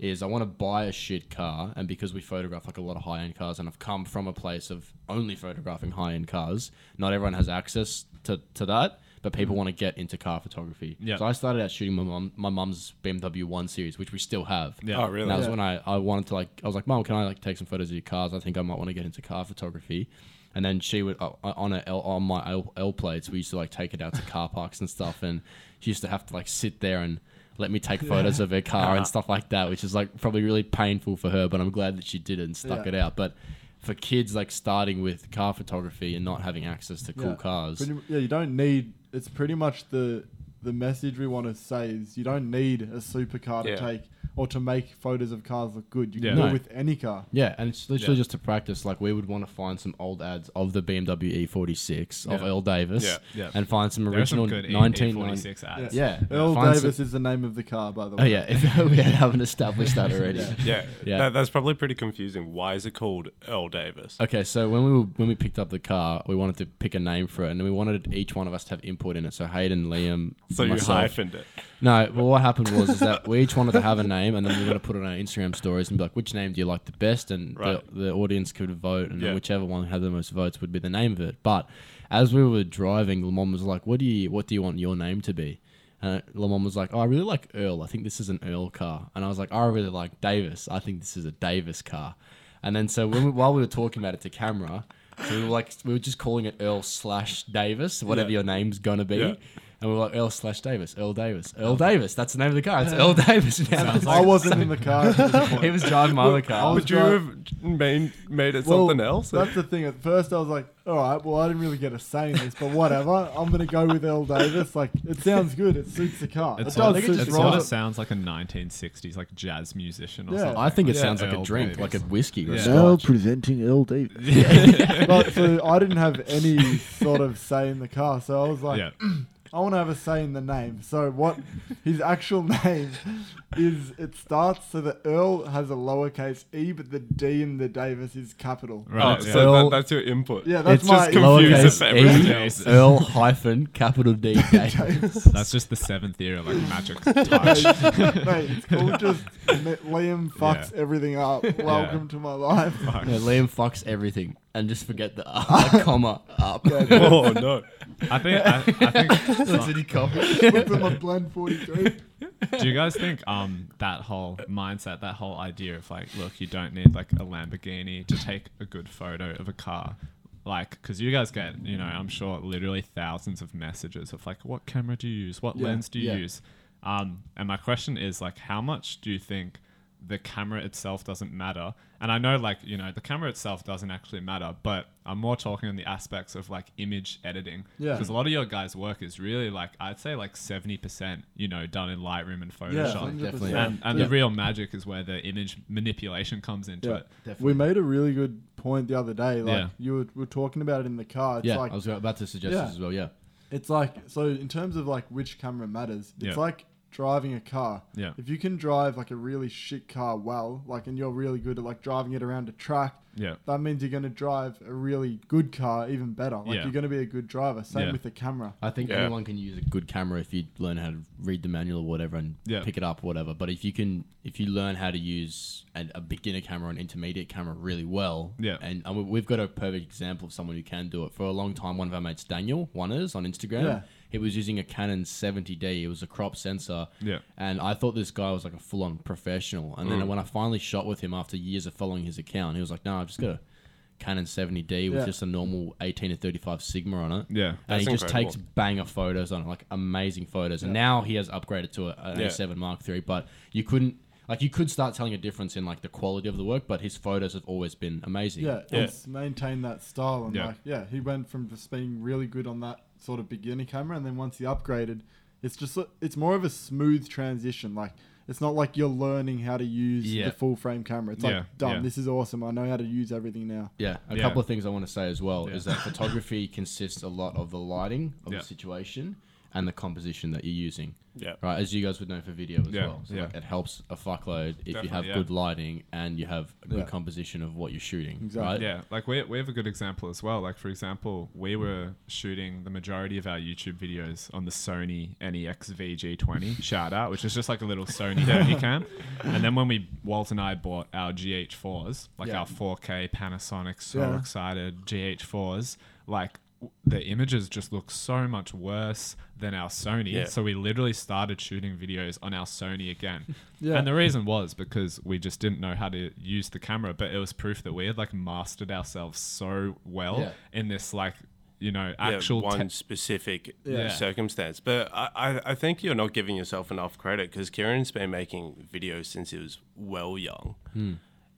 Speaker 3: is I want to buy a shit car, and because we photograph like a lot of high end cars, and I've come from a place of only photographing high end cars. Not everyone has access to to that. But people want to get into car photography.
Speaker 1: Mm. Yeah.
Speaker 3: So I started out shooting my mum, my mum's BMW 1 Series, which we still have.
Speaker 1: Yeah.
Speaker 2: Oh, really?
Speaker 3: And that was
Speaker 4: Yeah.
Speaker 3: when I, I wanted to like I was like, Mom, can I like take some photos of your cars? I think I might want to get into car photography. And then she would uh, on a L, on my L, L plates. We used to like take it out to car parks and stuff, and she used to have to like sit there and let me take photos of her car and stuff like that, which is like probably really painful for her. But I'm glad that she did it and stuck
Speaker 4: Yeah.
Speaker 3: it out. But for kids like starting with car photography and not having access to cool
Speaker 4: Yeah.
Speaker 3: cars,
Speaker 4: Pretty, yeah, you don't need. It's pretty much the the message we want to say is you don't need a supercar to
Speaker 2: Yeah.
Speaker 4: take or to make photos of cars look good. You can
Speaker 1: Yeah.
Speaker 4: do
Speaker 3: No.
Speaker 4: it with any car.
Speaker 3: Yeah, and it's literally
Speaker 1: Yeah.
Speaker 3: just to practice. Like we would want to find some old ads of the BMW E46 E of
Speaker 1: Yeah.
Speaker 3: Earl Davis,
Speaker 2: Yeah.
Speaker 1: Yeah.
Speaker 3: and find some
Speaker 1: There are some
Speaker 3: original
Speaker 1: good E
Speaker 3: 1990.
Speaker 1: 1946 ads.
Speaker 3: Yeah,
Speaker 4: Earl
Speaker 3: Find
Speaker 4: Davis
Speaker 3: Some,
Speaker 4: is the name of the car, by the way.
Speaker 3: oh yeah, if we haven't established that already.
Speaker 4: Yeah.
Speaker 2: Yeah,
Speaker 3: Yeah.
Speaker 2: That, that's probably pretty confusing. Why is it called Earl Davis?
Speaker 3: Okay, so when we were, when we picked up the car, we wanted to pick a name for it, and we wanted each one of us to have input in it. So Hayden, Liam,
Speaker 2: so you
Speaker 3: myself.
Speaker 2: hyphened it.
Speaker 3: No, well, what happened was is that we each wanted to have a name, and then we were going to put it on our Instagram stories and be like, which name do you like the best? And
Speaker 2: Right.
Speaker 3: the, the audience could vote, and then
Speaker 2: Yeah.
Speaker 3: whichever one had the most votes would be the name of it. But as we were driving, Lamont was like, what do you what do you want your name to be? And Lamont was like, oh, I really like Earl. I think this is an Earl car. And I was like, I really like Davis. I think this is a Davis car. And then so when we, while we were talking about it to camera, so we were like, we were just calling it Earl slash Davis, whatever
Speaker 2: Yeah.
Speaker 3: your name's gonna be.
Speaker 2: Yeah.
Speaker 3: E? And we were like, Earl slash Davis, Earl Davis, Earl Davis. That's the name of the car. It's Earl Davis now.
Speaker 4: Um, uh, I wasn't in the car. At this point.
Speaker 3: he was driving my other car.
Speaker 4: I was
Speaker 2: Would you have made, made it something else?
Speaker 4: That's the thing. At first, I was like, all right, well, I didn't really get a say in this, but whatever. I'm going to go with Earl Davis. Like, it sounds good. It suits the car.
Speaker 1: It's
Speaker 4: it
Speaker 1: sort
Speaker 4: does
Speaker 1: of,
Speaker 3: think it
Speaker 4: suit
Speaker 1: it
Speaker 3: just
Speaker 4: the
Speaker 1: sort
Speaker 4: car.
Speaker 1: of sounds like a 1960s like jazz musician or
Speaker 4: Yeah.
Speaker 1: something.
Speaker 3: I think it
Speaker 1: Yeah,
Speaker 3: sounds like a
Speaker 1: Earl
Speaker 3: drink,
Speaker 1: Davis.
Speaker 3: like a whiskey or
Speaker 1: Yeah.
Speaker 3: yeah.
Speaker 5: Now
Speaker 3: scotch.
Speaker 5: presenting Earl Davis.
Speaker 4: But so I didn't have any sort of say in the car. So I was like,
Speaker 1: yeah,
Speaker 4: I want to have a say in the name. So what his actual name is? It starts so the Earl has a lowercase e, but the D in the Davis is capital.
Speaker 1: right.
Speaker 2: oh,
Speaker 1: yeah.
Speaker 2: so
Speaker 3: Earl-
Speaker 2: that, that's your input.
Speaker 4: Yeah, that's
Speaker 3: it's
Speaker 4: my
Speaker 3: just
Speaker 2: confused if everyone
Speaker 3: lowercase
Speaker 1: else.
Speaker 3: e Earl hyphen capital D Davis.
Speaker 4: Davis.
Speaker 1: That's just the seventh era, like magic touch.
Speaker 4: Mate, it's all just Liam fucks everything up. Welcome to my life.
Speaker 3: Yeah, Liam fucks everything and just forget the uh, comma up.
Speaker 2: oh no.
Speaker 1: I think. I, I think.
Speaker 3: City coffee.
Speaker 4: Flip them a blend 43.
Speaker 1: do you guys think um that whole mindset, that whole idea of like, look, you don't need like a Lamborghini to take a good photo of a car, like, because you guys get, you know, I'm sure literally thousands of messages of like, what camera do you use, what
Speaker 4: Yeah,
Speaker 1: lens do you
Speaker 3: yeah.
Speaker 1: use, um, and my question is like, how much do you think the camera itself doesn't matter? And I know like, you know, the camera itself doesn't actually matter, but I'm more talking on the aspects of like image editing,
Speaker 4: Yeah.
Speaker 1: because a lot of your guys' work is really like, I'd say like 70%, you know, done in Lightroom and Photoshop.
Speaker 4: Yeah,
Speaker 1: Shot.
Speaker 4: 100%.
Speaker 3: definitely.
Speaker 1: And, and
Speaker 3: Yeah.
Speaker 1: the real magic is where the image manipulation comes into
Speaker 4: Yeah.
Speaker 1: it.
Speaker 3: Definitely.
Speaker 4: We made a really good point the other day. Like
Speaker 1: Yeah.
Speaker 4: you were, we were talking about it in the car. It's
Speaker 3: yeah,
Speaker 4: like
Speaker 3: I was about to suggest
Speaker 4: Yeah.
Speaker 3: this as well. Yeah,
Speaker 4: it's like so in terms of like which camera matters. It's
Speaker 1: Yeah.
Speaker 4: like driving a car.
Speaker 1: Yeah.
Speaker 4: If you can drive like a really shit car well, like and you're really good at like driving it around a track,
Speaker 1: Yeah.
Speaker 4: that means you're gonna drive a really good car even better. Like
Speaker 1: Yeah.
Speaker 4: you're gonna be a good driver. Same
Speaker 1: Yeah.
Speaker 4: with the camera.
Speaker 3: I think
Speaker 2: Yeah.
Speaker 3: anyone can use a good camera if you learn how to read the manual or whatever and
Speaker 1: Yeah.
Speaker 3: pick it up, or whatever. But if you can, if you learn how to use an, a beginner camera, an intermediate camera, really well,
Speaker 1: Yeah.
Speaker 3: And, and we- we've got a perfect example of someone who can do it. For a long time, one of our mates, Daniel, one is on Instagram.
Speaker 4: Yeah.
Speaker 3: He was using a Canon 70D. It was a crop sensor.
Speaker 1: Yeah. Mm.
Speaker 3: And I thought this guy was like a full-on professional. And then when I finally shot with him after years of following his account, he was like, "No, I've just got a Canon 70D with
Speaker 4: Yeah.
Speaker 3: just a normal 18 to 35 Sigma on it."
Speaker 1: Yeah.
Speaker 3: and he
Speaker 2: That's
Speaker 3: just
Speaker 2: incredible.
Speaker 3: takes banger photos on it, like amazing photos. And now he has upgraded to a, an
Speaker 2: Yeah.
Speaker 3: A7 Mark III, but you couldn't like you could start telling a difference in like the quality of the work, but his photos have always been amazing.
Speaker 4: Yeah,
Speaker 2: Yeah.
Speaker 4: yeah. it's maintain that style and
Speaker 1: Yeah.
Speaker 4: like yeah, he went from just being really good on that sort of beginner camera, and then once he upgraded, it's just a- it's more of a smooth transition. Like it's not like you're learning how to use
Speaker 1: Yeah.
Speaker 4: the full frame camera. It's like
Speaker 1: Yeah,
Speaker 4: done.
Speaker 1: yeah.
Speaker 4: This is awesome. I know how to use everything now.
Speaker 3: Yeah, a
Speaker 1: Yeah.
Speaker 3: couple of things I want to say as well
Speaker 1: Yeah.
Speaker 3: is that photography consists a lot of the lighting of
Speaker 1: Yeah.
Speaker 3: the situation and the composition that you're using.
Speaker 2: Yeah.
Speaker 3: Right, as you guys would know for video as
Speaker 1: Yeah,
Speaker 3: well. So
Speaker 1: yeah.
Speaker 3: like, it helps a fuckload if
Speaker 1: Definitely,
Speaker 3: you have
Speaker 1: yeah.
Speaker 3: good lighting and you have a good
Speaker 4: Yeah.
Speaker 3: composition of what you're shooting.
Speaker 4: Exactly.
Speaker 3: Right?
Speaker 1: Yeah, like we, we have a good example as well. Like, for example, we were shooting the majority of our YouTube videos on the Sony E NEX VG20 shout out, which is just like a little Sony dirty cam. And then when we, Walt and I bought our GH4s, like
Speaker 4: Yeah.
Speaker 1: our 4K Panasonic, so
Speaker 4: Yeah.
Speaker 1: excited GH4s, like w- the images just look so much worse than our Sony.
Speaker 2: Yeah.
Speaker 1: So we literally started shooting videos on our Sony again.
Speaker 4: Yeah.
Speaker 1: And the reason was because we just didn't know how to use the camera, but it was proof that we had like mastered ourselves so well
Speaker 3: Yeah.
Speaker 1: in this like, you know,
Speaker 2: Yeah,
Speaker 1: actual
Speaker 2: one
Speaker 1: te-
Speaker 2: specific
Speaker 1: Yeah.
Speaker 2: circumstance. But I, I, I think you're not giving yourself enough credit because Kieran's been making videos since he was well young.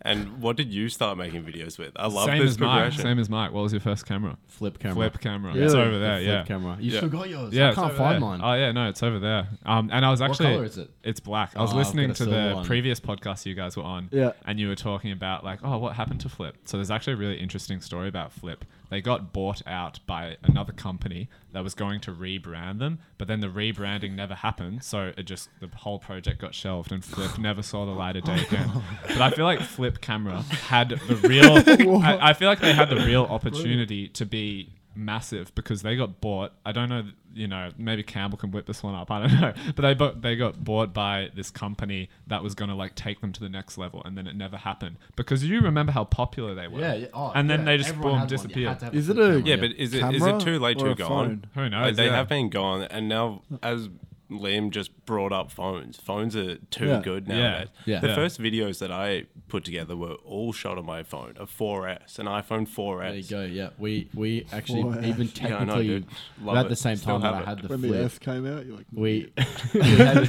Speaker 2: And what did you start making videos with? I love
Speaker 1: same
Speaker 2: this
Speaker 1: as Mike.
Speaker 2: progression.
Speaker 1: Same as Mike. What was your first camera?
Speaker 3: Flip camera.
Speaker 1: Flip camera.
Speaker 4: Really?
Speaker 1: It's
Speaker 4: The
Speaker 1: over there.
Speaker 3: Flip
Speaker 1: yeah.
Speaker 3: camera. You
Speaker 2: Yeah.
Speaker 3: still got yours.
Speaker 1: Yeah,
Speaker 3: I
Speaker 1: it's
Speaker 3: can't
Speaker 1: over
Speaker 3: find
Speaker 1: there.
Speaker 3: mine.
Speaker 1: Oh yeah, no, it's over there. Um, and I was actually
Speaker 3: colour is it?
Speaker 1: It's black. I was
Speaker 3: Oh, I've
Speaker 1: listening
Speaker 3: got
Speaker 1: to
Speaker 3: a silver
Speaker 1: the
Speaker 3: one.
Speaker 1: previous podcast you guys were on,
Speaker 4: Yeah.
Speaker 1: and you were talking about like, oh, what happened to Flip? So there's actually a really interesting story about Flip. They got bought out by another company that was going to rebrand them, but then the rebranding never happened, so it just the whole project got shelved, and Flip never saw the light of day again. But I feel like Flip Camera had the real. I, I feel like they had the real opportunity to be massive because they got bought. I don't know, you know, maybe Campbell can whip this one up. I don't know, but they bought, they got bought by this company that was going to like take them to the next level, and then it never happened because you remember how popular they were.
Speaker 3: Yeah, yeah. Oh,
Speaker 1: and then
Speaker 3: yeah.
Speaker 1: they just
Speaker 3: Everyone
Speaker 1: boom
Speaker 3: had one. You
Speaker 1: disappeared.
Speaker 3: had to have
Speaker 4: Is
Speaker 3: flip
Speaker 4: it a-
Speaker 3: camera,
Speaker 2: yeah, but is it is
Speaker 4: Camera
Speaker 2: it too late
Speaker 4: or
Speaker 2: to
Speaker 4: a
Speaker 2: go
Speaker 4: phone?
Speaker 2: on?
Speaker 1: Who knows?
Speaker 2: Like, they
Speaker 1: yeah.
Speaker 2: have been gone, and now as Liam just brought up phones. Phones are too
Speaker 4: Yeah.
Speaker 2: good nowadays.
Speaker 3: Yeah.
Speaker 2: The
Speaker 1: Yeah.
Speaker 2: first videos that I put together were all shot on my phone, a 4S, an iPhone 4S.
Speaker 3: There you go. Yeah, we we actually
Speaker 4: Boy.
Speaker 3: even
Speaker 2: Yeah, I know,
Speaker 3: technically
Speaker 2: dude. Love
Speaker 3: about
Speaker 2: it.
Speaker 3: the same
Speaker 2: Still
Speaker 3: time
Speaker 2: have
Speaker 3: that I
Speaker 2: it.
Speaker 3: had the
Speaker 4: When the
Speaker 3: flip.
Speaker 4: S came out, you're like,
Speaker 3: We we, had,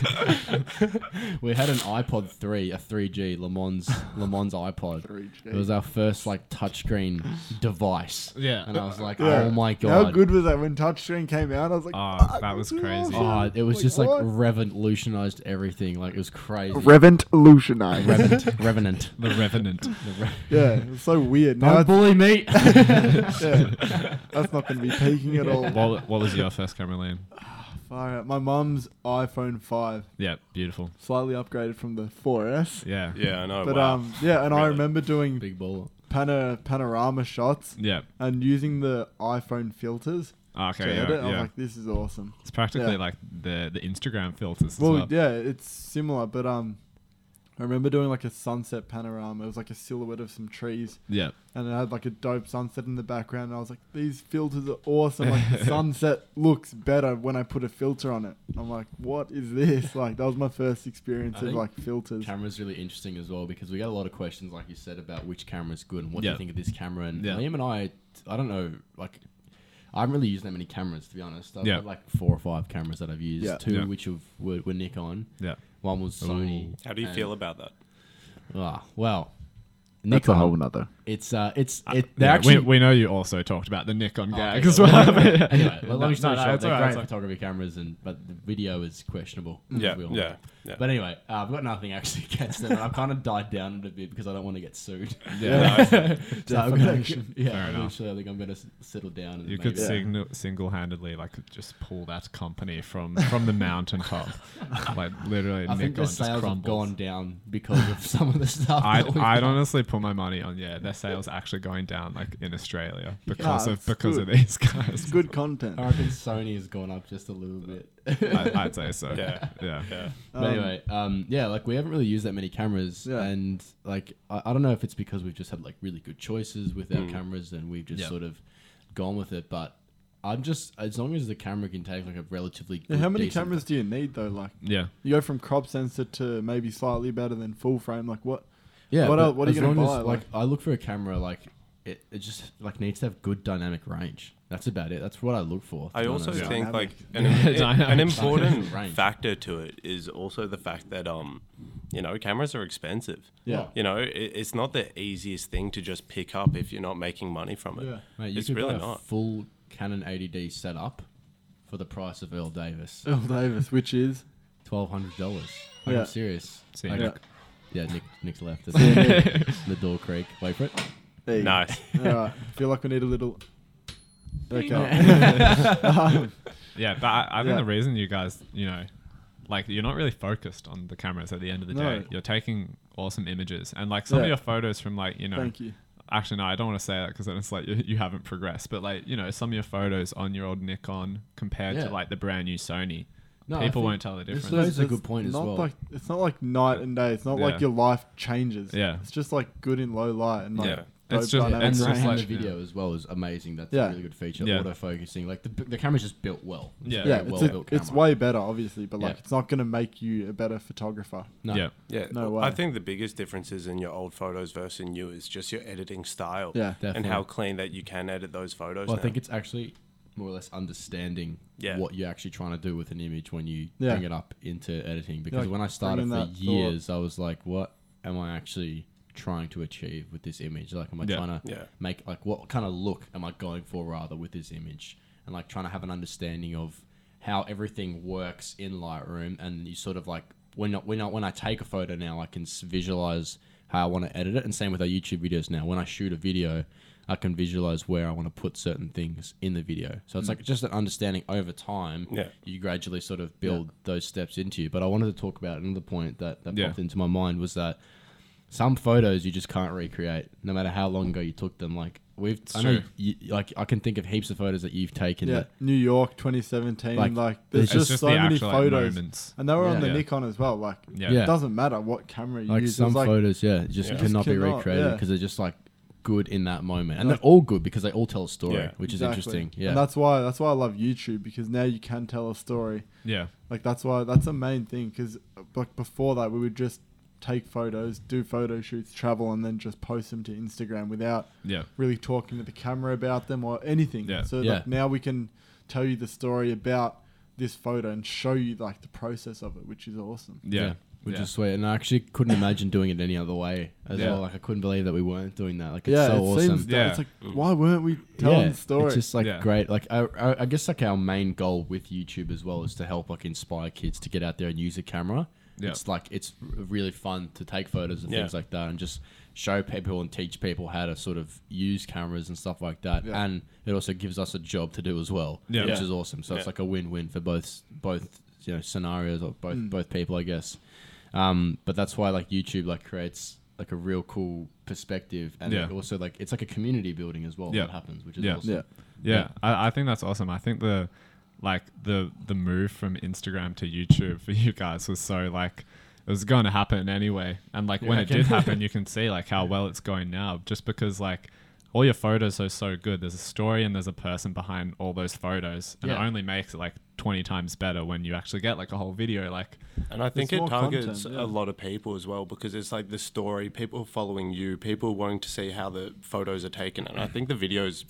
Speaker 3: we had an iPod three, a three G Le Mans Le Mans iPod.
Speaker 4: 3G.
Speaker 3: It was our first like touchscreen device.
Speaker 1: Yeah.
Speaker 3: and I was like,
Speaker 4: Yeah.
Speaker 3: oh my god,
Speaker 4: How good was that when touchscreen came out? I was like,
Speaker 1: Oh,
Speaker 4: "Fuck,
Speaker 1: that was
Speaker 4: this is
Speaker 1: crazy.
Speaker 4: awesome."
Speaker 3: Oh, it was
Speaker 4: Like,
Speaker 3: just like
Speaker 4: what?
Speaker 3: revolutionized everything. Like it was crazy.
Speaker 4: Revolutionized.
Speaker 3: Revenant, Revenant.
Speaker 1: the Revenant.
Speaker 3: The Re-
Speaker 4: yeah, it was so weird.
Speaker 3: Don't
Speaker 4: Now it's,
Speaker 3: bully me.
Speaker 4: yeah, that's not going to be peaking at all.
Speaker 1: what, what was your first camera, Liam?
Speaker 4: Fire out. My mum's iPhone 5,
Speaker 1: Yeah, beautiful.
Speaker 4: slightly upgraded from the 4S.
Speaker 1: Yeah,
Speaker 2: Yeah, I know.
Speaker 4: But
Speaker 2: wow.
Speaker 4: um, yeah, and I
Speaker 2: Really?
Speaker 4: remember doing
Speaker 3: Big baller.
Speaker 4: pana- panorama shots
Speaker 1: yeah. Ah,
Speaker 4: and using the iPhone filters
Speaker 1: Okay,
Speaker 4: to
Speaker 1: yeah,
Speaker 4: edit. I was
Speaker 1: yeah.
Speaker 4: like, this is awesome.
Speaker 1: it's practically
Speaker 4: yeah.
Speaker 1: like the the Instagram filters. As
Speaker 4: Well,
Speaker 1: well,
Speaker 4: yeah, it's similar, but um, I remember doing like a sunset panorama. It was like a silhouette of some trees,
Speaker 1: yeah.
Speaker 4: and it had like a dope sunset in the background. And I was like, these filters are awesome. Like the sunset looks better when I put a filter on it. I'm like, what is this? Like that was my first experience
Speaker 3: I
Speaker 4: of
Speaker 3: think
Speaker 4: like filters.
Speaker 3: Camera's really interesting as well because we get a lot of questions, like you said, about which camera's good and what do
Speaker 1: Yeah.
Speaker 3: you think of this camera. And
Speaker 1: Yeah.
Speaker 3: Liam and I, I don't know, like, I haven't really used that many cameras to be honest. I've
Speaker 1: Yeah.
Speaker 3: got like four or five cameras that I've used,
Speaker 4: Yeah.
Speaker 3: two
Speaker 1: Yeah.
Speaker 3: which have, were, were Nikon,
Speaker 1: Yeah.
Speaker 3: one was Sony.
Speaker 2: How do you
Speaker 3: and-
Speaker 2: feel about that?
Speaker 3: Ah, well,
Speaker 4: That's a whole
Speaker 3: Nikon.
Speaker 4: nother.
Speaker 3: It's uh, it's it.
Speaker 1: Yeah,
Speaker 3: they're actually Oh,
Speaker 1: we, we know you also talked about the Nikon
Speaker 3: Okay,
Speaker 1: gag
Speaker 3: yeah,
Speaker 1: as well.
Speaker 3: well,
Speaker 1: but-
Speaker 3: anyway,
Speaker 1: No,
Speaker 3: well, long story
Speaker 1: no,
Speaker 3: short,
Speaker 1: it's
Speaker 3: they're
Speaker 1: all right,
Speaker 3: great
Speaker 1: it's all right.
Speaker 3: photography cameras, and but the video is questionable.
Speaker 2: Yeah,
Speaker 3: as we all
Speaker 2: yeah,
Speaker 3: know.
Speaker 2: yeah.
Speaker 3: But anyway, uh, I've got nothing actually against them. and I've kind of died down it a bit because I don't want to get sued.
Speaker 1: Yeah.
Speaker 3: So I'm gonna,
Speaker 4: Defamation.
Speaker 1: Fair
Speaker 3: yeah,
Speaker 1: enough.
Speaker 3: eventually I think I'm going to settle down. And
Speaker 1: You could
Speaker 3: maybe-
Speaker 4: Yeah.
Speaker 1: signal, single-handedly like just pull that company from from the mountaintop, like literally.
Speaker 3: I think
Speaker 1: Nikon
Speaker 3: the
Speaker 1: just
Speaker 3: sales have
Speaker 1: crumbles.
Speaker 3: gone down because of some of the stuff.
Speaker 1: I'd,
Speaker 3: that we've
Speaker 1: I'd
Speaker 3: done.
Speaker 1: honestly put my money on yeah, their sales actually going down like in Australia because
Speaker 4: Nah,
Speaker 1: of
Speaker 4: it's
Speaker 1: because of
Speaker 4: good.
Speaker 1: these guys.
Speaker 4: It's good content.
Speaker 3: I reckon Sony has gone up just a little bit.
Speaker 1: I, I'd say so.
Speaker 2: Yeah.
Speaker 1: yeah.
Speaker 2: Yeah.
Speaker 3: But anyway, um, yeah, like we haven't really used that many cameras,
Speaker 4: Yeah.
Speaker 3: and like I, I don't know if it's because we've just had like really good choices with our cameras, and we've just
Speaker 1: Hmm. Yeah.
Speaker 3: sort of gone with it. But I'm just as long as the camera can take like a relatively
Speaker 4: Yeah,
Speaker 3: good,
Speaker 4: how many
Speaker 3: decent-
Speaker 4: cameras do you need though? Like
Speaker 1: Yeah.
Speaker 4: you go from crop sensor to maybe slightly better than full frame. Like what?
Speaker 3: Yeah,
Speaker 4: What
Speaker 3: but
Speaker 4: are- what are you
Speaker 3: as
Speaker 4: gonna
Speaker 3: long as,
Speaker 4: buy,
Speaker 3: like
Speaker 4: like-
Speaker 3: I look for a camera like it, it just like needs to have good dynamic range. That's about it. That's what I look for. to
Speaker 2: I
Speaker 3: be
Speaker 2: also
Speaker 3: honest.
Speaker 2: think
Speaker 4: Dynamic.
Speaker 2: like an,
Speaker 1: Yeah,
Speaker 2: an,
Speaker 1: dynamic.
Speaker 2: important
Speaker 3: Range.
Speaker 2: factor to it is also the fact that um, you know, cameras are expensive.
Speaker 4: Yeah.
Speaker 2: You know, it, it's not the easiest thing to just pick up if you're not making money from it.
Speaker 4: Yeah.
Speaker 3: Mate, you
Speaker 2: it's
Speaker 3: could
Speaker 2: really
Speaker 3: buy a
Speaker 2: not.
Speaker 3: full Canon 80D setup for the price of Earl Davis.
Speaker 4: Earl Davis, which is
Speaker 3: Twelve hundred dollars.
Speaker 4: Yeah.
Speaker 3: I'm serious.
Speaker 1: See,
Speaker 3: Like,
Speaker 1: Nick.
Speaker 3: yeah, Nick. Nick's left. It's the door creak. Wait for it.
Speaker 4: There you go.
Speaker 2: Nice.
Speaker 4: All right. Feel like we need a little. Okay.
Speaker 1: Yeah, but I, I think
Speaker 4: Yeah.
Speaker 1: the reason you guys, you know, like you're not really focused on the cameras at the end of the
Speaker 4: No.
Speaker 1: day. You're taking awesome images and like some of
Speaker 4: Yeah.
Speaker 1: your photos from like you know.
Speaker 4: Thank you.
Speaker 1: Actually, no, I don't want to say that because then it's like you, you haven't progressed. But like you know, some of your photos on your old Nikon compared
Speaker 3: Yeah.
Speaker 1: to like the brand new Sony,
Speaker 3: No, I
Speaker 1: people
Speaker 3: think
Speaker 1: won't tell the
Speaker 3: this
Speaker 1: difference.
Speaker 3: That's a
Speaker 4: It's
Speaker 3: good point as
Speaker 4: not
Speaker 3: well.
Speaker 4: Like, it's not like night and day. It's not
Speaker 1: Yeah.
Speaker 4: like your life changes.
Speaker 1: Yeah.
Speaker 4: It's just like good in low light and like.
Speaker 1: Yeah.
Speaker 4: dope
Speaker 1: It's just-
Speaker 4: dynamic
Speaker 3: And
Speaker 1: it's
Speaker 3: the
Speaker 1: just
Speaker 4: range.
Speaker 1: like-
Speaker 3: camera video as well is amazing. That's
Speaker 4: Yeah.
Speaker 3: a really good feature.
Speaker 1: Yeah.
Speaker 3: Auto focusing. Like the, the camera's just built well. It's
Speaker 1: Yeah.
Speaker 3: a
Speaker 4: yeah,
Speaker 3: very
Speaker 4: it's, a,
Speaker 3: well-built
Speaker 4: it's
Speaker 3: camera.
Speaker 4: way better, obviously, but like
Speaker 3: Yeah.
Speaker 4: it's not going to make you a better photographer.
Speaker 3: No.
Speaker 1: Yeah,
Speaker 2: Yeah,
Speaker 4: No
Speaker 2: well, I
Speaker 4: way.
Speaker 2: think the biggest differences in your old photos versus new is just your editing style.
Speaker 4: Yeah.
Speaker 2: and
Speaker 3: Definitely.
Speaker 2: how clean that you can edit those photos.
Speaker 3: Well, I
Speaker 2: now.
Speaker 3: think it's actually more or less understanding
Speaker 2: Yeah.
Speaker 3: what you're actually trying to do with an image when you
Speaker 4: Yeah.
Speaker 3: bring it up into editing. Because
Speaker 4: like,
Speaker 3: when I started
Speaker 4: bringing
Speaker 3: for
Speaker 4: that thought.
Speaker 3: years, I was like, what am I actually trying to achieve with this image? Like, am I
Speaker 1: Yeah.
Speaker 3: trying to
Speaker 2: Yeah.
Speaker 3: make, like, what kind of look am I going for rather with this image? And like trying to have an understanding of how everything works in Lightroom. And you sort of like, when, I- when, I, when I take a photo now, I can s- visualize how I want to edit it. And same with our YouTube videos now. When I shoot a video, I can visualize where I want to put certain things in the video. So it's like just an understanding over time.
Speaker 2: Mm. Yeah.
Speaker 3: You gradually sort of build those steps into you. But I wanted to talk about another point that, that
Speaker 1: Yeah.
Speaker 3: popped into my mind was that some photos you just can't recreate, no matter how long ago you took them. Like we've, I know,
Speaker 1: true.
Speaker 3: you, like I can think of heaps of photos that you've taken.
Speaker 4: Yeah,
Speaker 3: That,
Speaker 4: New York 2017.
Speaker 3: Like,
Speaker 4: Like,
Speaker 3: it's
Speaker 4: there's
Speaker 1: it's
Speaker 4: just,
Speaker 1: just
Speaker 4: so
Speaker 1: the
Speaker 4: many
Speaker 1: actual like,
Speaker 4: photos,
Speaker 1: moments.
Speaker 4: and they were on
Speaker 1: Yeah.
Speaker 4: the
Speaker 1: Yeah.
Speaker 4: Nikon as well. Like,
Speaker 1: Yeah.
Speaker 3: Yeah.
Speaker 4: it doesn't matter what camera you
Speaker 3: like
Speaker 4: use.
Speaker 3: some
Speaker 4: it's like,
Speaker 3: photos, yeah, just
Speaker 2: Yeah.
Speaker 3: cannot
Speaker 4: Just
Speaker 3: be
Speaker 4: cannot,
Speaker 3: recreated
Speaker 4: yeah.
Speaker 3: because they're just like good in that moment, and
Speaker 4: Like-
Speaker 3: they're all good because they all tell a story,
Speaker 2: Yeah.
Speaker 3: which is
Speaker 4: Exactly.
Speaker 3: interesting. Yeah,
Speaker 4: and that's why that's why I love YouTube because now you can tell a story.
Speaker 1: Yeah,
Speaker 4: Like that's why that's the main thing because like before that we would just take photos, do photo shoots, travel, and then just post them to Instagram without
Speaker 1: yeah,
Speaker 4: really talking to the camera about them or anything.
Speaker 1: Yeah.
Speaker 4: So
Speaker 3: Yeah.
Speaker 4: Like, now we can tell you the story about this photo and show you like the process of it, which is awesome.
Speaker 1: yeah,
Speaker 3: which
Speaker 1: yeah.
Speaker 3: is sweet. And I actually couldn't imagine doing it any other way as
Speaker 1: Yeah.
Speaker 3: well. Like I couldn't believe that we weren't doing that. Like it's
Speaker 4: yeah,
Speaker 3: so
Speaker 4: it
Speaker 3: awesome.
Speaker 4: seems that
Speaker 1: Yeah.
Speaker 4: it's like why weren't we telling the story?
Speaker 3: It's just like
Speaker 1: Yeah.
Speaker 3: great. Like I, I, I guess like our main goal with YouTube as well is to help like inspire kids to get out there and use a camera.
Speaker 1: Yeah.
Speaker 3: It's like it's r- really fun to take photos and
Speaker 2: Yeah.
Speaker 3: things like that, and just show people and teach people how to sort of use cameras and stuff like that.
Speaker 4: Yeah.
Speaker 3: And it also gives us a job to do as well,
Speaker 1: Yeah.
Speaker 3: which
Speaker 1: Yeah.
Speaker 3: is awesome. So it's
Speaker 2: Yeah.
Speaker 3: like a win-win for both both you know scenarios or both both people, I guess. Um, but that's why like YouTube like creates like a real cool perspective, and
Speaker 1: Yeah.
Speaker 3: it also like it's like a community building as well
Speaker 1: Yeah.
Speaker 3: that happens, which is
Speaker 1: Yeah.
Speaker 3: awesome.
Speaker 4: yeah,
Speaker 1: yeah,
Speaker 3: Yeah.
Speaker 1: I, I think that's awesome i think the like the the move from instagram to youtube for you guys was so like it was going to happen anyway and like when it
Speaker 3: reckon?
Speaker 1: did happen you can see like how well it's going now just because like all your photos are so good. There's a story and there's a person behind all those photos, and
Speaker 3: Yeah.
Speaker 1: it only makes it like 20 times better when you actually get like a whole video. Like,
Speaker 2: And I think
Speaker 4: There's
Speaker 2: it
Speaker 4: more content,
Speaker 2: targets
Speaker 4: yeah.
Speaker 2: a lot of people as well because it's like the story, people following you, people wanting to see how the photos are taken. And I think the videos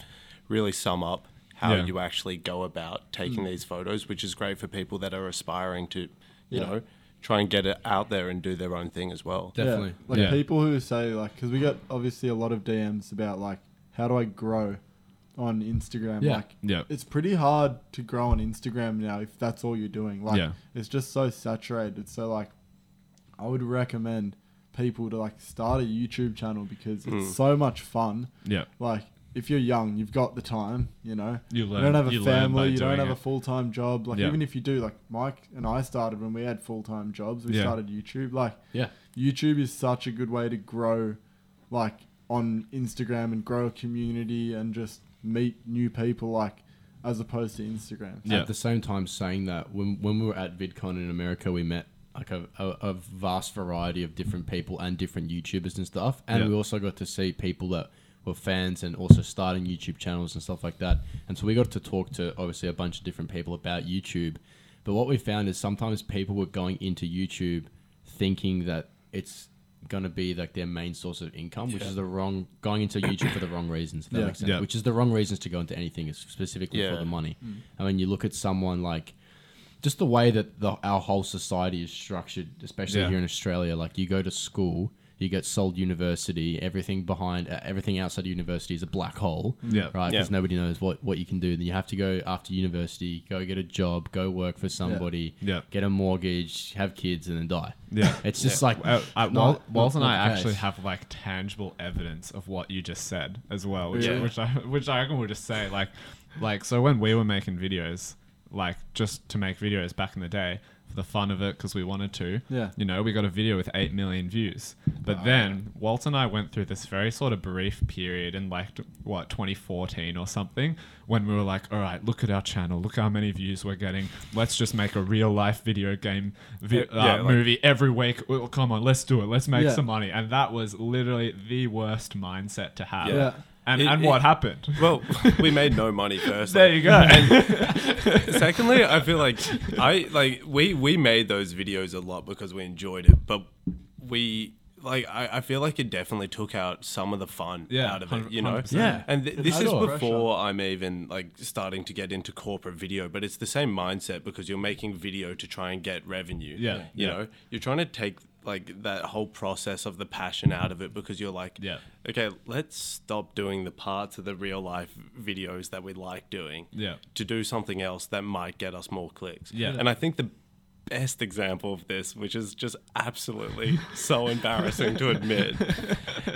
Speaker 2: really sum up how
Speaker 1: Yeah.
Speaker 2: you actually go about taking
Speaker 4: Mm.
Speaker 2: these photos, which is great for people that are aspiring to, you know, try and get it out there and do their own thing as well.
Speaker 3: Definitely.
Speaker 4: Yeah. Like
Speaker 1: Yeah.
Speaker 4: people who say like, because we get obviously a lot of DMs about like, how do I grow on Instagram?
Speaker 3: Yeah.
Speaker 4: Like,
Speaker 1: yeah,
Speaker 4: it's pretty hard to grow on Instagram now if that's all you're doing. Like,
Speaker 1: Yeah.
Speaker 4: it's just so saturated. So like, I would recommend people to like start a YouTube channel because it's so much fun.
Speaker 1: yeah,
Speaker 4: Like, if you're young, you've got the time. You know,
Speaker 1: you learn.
Speaker 4: you don't have a
Speaker 1: you learn by
Speaker 4: family. You don't
Speaker 1: doing
Speaker 4: have
Speaker 1: it.
Speaker 4: a full time job. Like
Speaker 1: Yeah.
Speaker 4: even if you do, like Mike and I started when we had full time jobs. We
Speaker 1: Yeah.
Speaker 4: started YouTube. Like
Speaker 3: Yeah.
Speaker 4: YouTube is such a good way to grow, like on Instagram and grow a community and just meet new people. Like as opposed to Instagram.
Speaker 1: Yeah.
Speaker 3: At the same time, saying that when when we were at VidCon in America, we met like a, a, a vast variety of different people and different YouTubers and stuff, and
Speaker 1: Yeah.
Speaker 3: we also got to see people that were fans and also starting YouTube channels and stuff like that. And so we got to talk to obviously a bunch of different people about YouTube. But what we found is sometimes people were going into YouTube thinking that it's gonna be like their main source of income, which is the wrong going into YouTube for the wrong reasons. If that
Speaker 4: Yeah.
Speaker 3: makes sense.
Speaker 1: Yeah.
Speaker 3: Which is the wrong reasons to go into anything, specifically for
Speaker 2: Yeah.
Speaker 3: the money.
Speaker 1: Mm.
Speaker 3: I mean, you look at someone like just the way that the, our whole society is structured, especially
Speaker 1: Yeah.
Speaker 3: here in Australia. Like you go to school, you get sold university, everything behind, uh, everything outside university is a black hole.
Speaker 1: Yeah.
Speaker 3: right. Because
Speaker 2: Yeah.
Speaker 3: nobody knows what what you can do. Then you have to go after university, go get a job, go work for somebody,
Speaker 1: Yeah.
Speaker 3: get a mortgage, have kids, and then die.
Speaker 1: Yeah.
Speaker 3: It's just like
Speaker 1: Uh, I,
Speaker 3: not-
Speaker 1: Wal- Walt
Speaker 3: not
Speaker 1: and I
Speaker 3: the
Speaker 1: actually
Speaker 3: case.
Speaker 1: have like tangible evidence of what you just said as well, which,
Speaker 2: Yeah.
Speaker 1: which I which I will just say like like so when we were making videos, like just to make videos back in the day for the fun of it because we wanted to.
Speaker 4: Yeah.
Speaker 1: You know, we got a video with eight million views,
Speaker 2: Oh,
Speaker 1: but then Walt and I went through this very sort of brief period in like t- what 2014 or something when we were like, all right, look at our channel, look how many views we're getting. Let's just make a real life video game vi-
Speaker 2: Yeah, yeah,
Speaker 1: uh,
Speaker 2: like-
Speaker 1: movie every week. Well, come on, let's do it. Let's make
Speaker 4: Yeah.
Speaker 1: some money. And that was literally the worst mindset to have.
Speaker 2: Yeah.
Speaker 4: Yeah.
Speaker 1: And
Speaker 2: It-
Speaker 1: and
Speaker 2: it-
Speaker 1: what happened?
Speaker 2: Well, we made no money first.
Speaker 1: there you go.
Speaker 2: Secondly, I feel like I like we we made those videos a lot because we enjoyed it, but we like I, I feel like it definitely took out some of the fun
Speaker 1: Yeah,
Speaker 2: out of
Speaker 1: hundred-
Speaker 2: it, you know.
Speaker 1: 100%. Yeah.
Speaker 2: and th- this
Speaker 3: At
Speaker 2: is
Speaker 3: all.
Speaker 2: before I'm even like starting to get into corporate video, but it's the same mindset because you're making video to try and get revenue.
Speaker 1: Yeah, yeah.
Speaker 2: you know, you're trying to take like that whole process of the passion out of it because you're like,
Speaker 1: Yeah.
Speaker 2: okay, let's stop doing the parts of the real life videos that we like doing
Speaker 1: Yeah.
Speaker 2: to do something else that might get us more clicks.
Speaker 1: Yeah.
Speaker 2: And I think the best example of this, which is just absolutely so embarrassing to admit,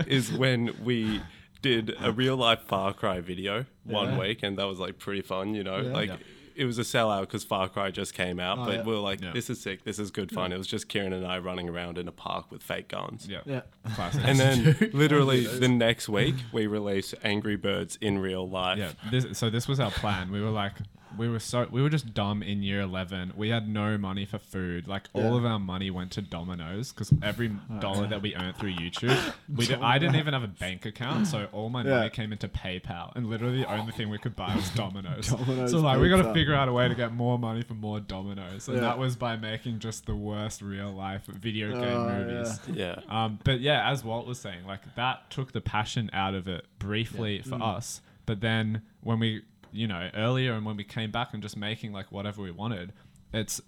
Speaker 2: is when we did a real life Far Cry video one
Speaker 4: Yeah.
Speaker 2: week, and that was like pretty fun, you know?
Speaker 4: Yeah.
Speaker 2: Like,
Speaker 4: Yeah.
Speaker 2: It was a sellout because Far Cry just came out,
Speaker 4: Oh,
Speaker 2: but
Speaker 4: yeah.
Speaker 2: we were like,
Speaker 1: Yeah.
Speaker 2: "This is sick. This is good fun." It was just Kieran and I running around in a park with fake guns.
Speaker 1: yeah.
Speaker 4: Yeah.
Speaker 1: Classic.
Speaker 2: And then, literally, the next week, we released Angry Birds in real life.
Speaker 1: yeah. This, so this was our plan. We were like, we were so we were just dumb in year eleven. We had no money for food. Like all
Speaker 4: Yeah. Uh,
Speaker 1: of our money went to Domino's because every dollar that we earned through YouTube, we did, I didn't even have a bank account, so all my
Speaker 4: Yeah.
Speaker 1: money came into PayPal, and literally the only thing we could buy was Domino's.
Speaker 4: Domino's
Speaker 1: so like we got to
Speaker 4: pizza.
Speaker 1: figure out a way to get more money for more Domino's, and
Speaker 4: Yeah.
Speaker 1: that was by making just the worst real life video game
Speaker 4: Oh,
Speaker 1: movies.
Speaker 4: yeah.
Speaker 2: Yeah.
Speaker 1: Um, but yeah, as Walt was saying, like that took the passion out of it briefly for
Speaker 4: Mm.
Speaker 1: us. But then when we, you know, earlier and when we came back and just making like whatever we wanted, it's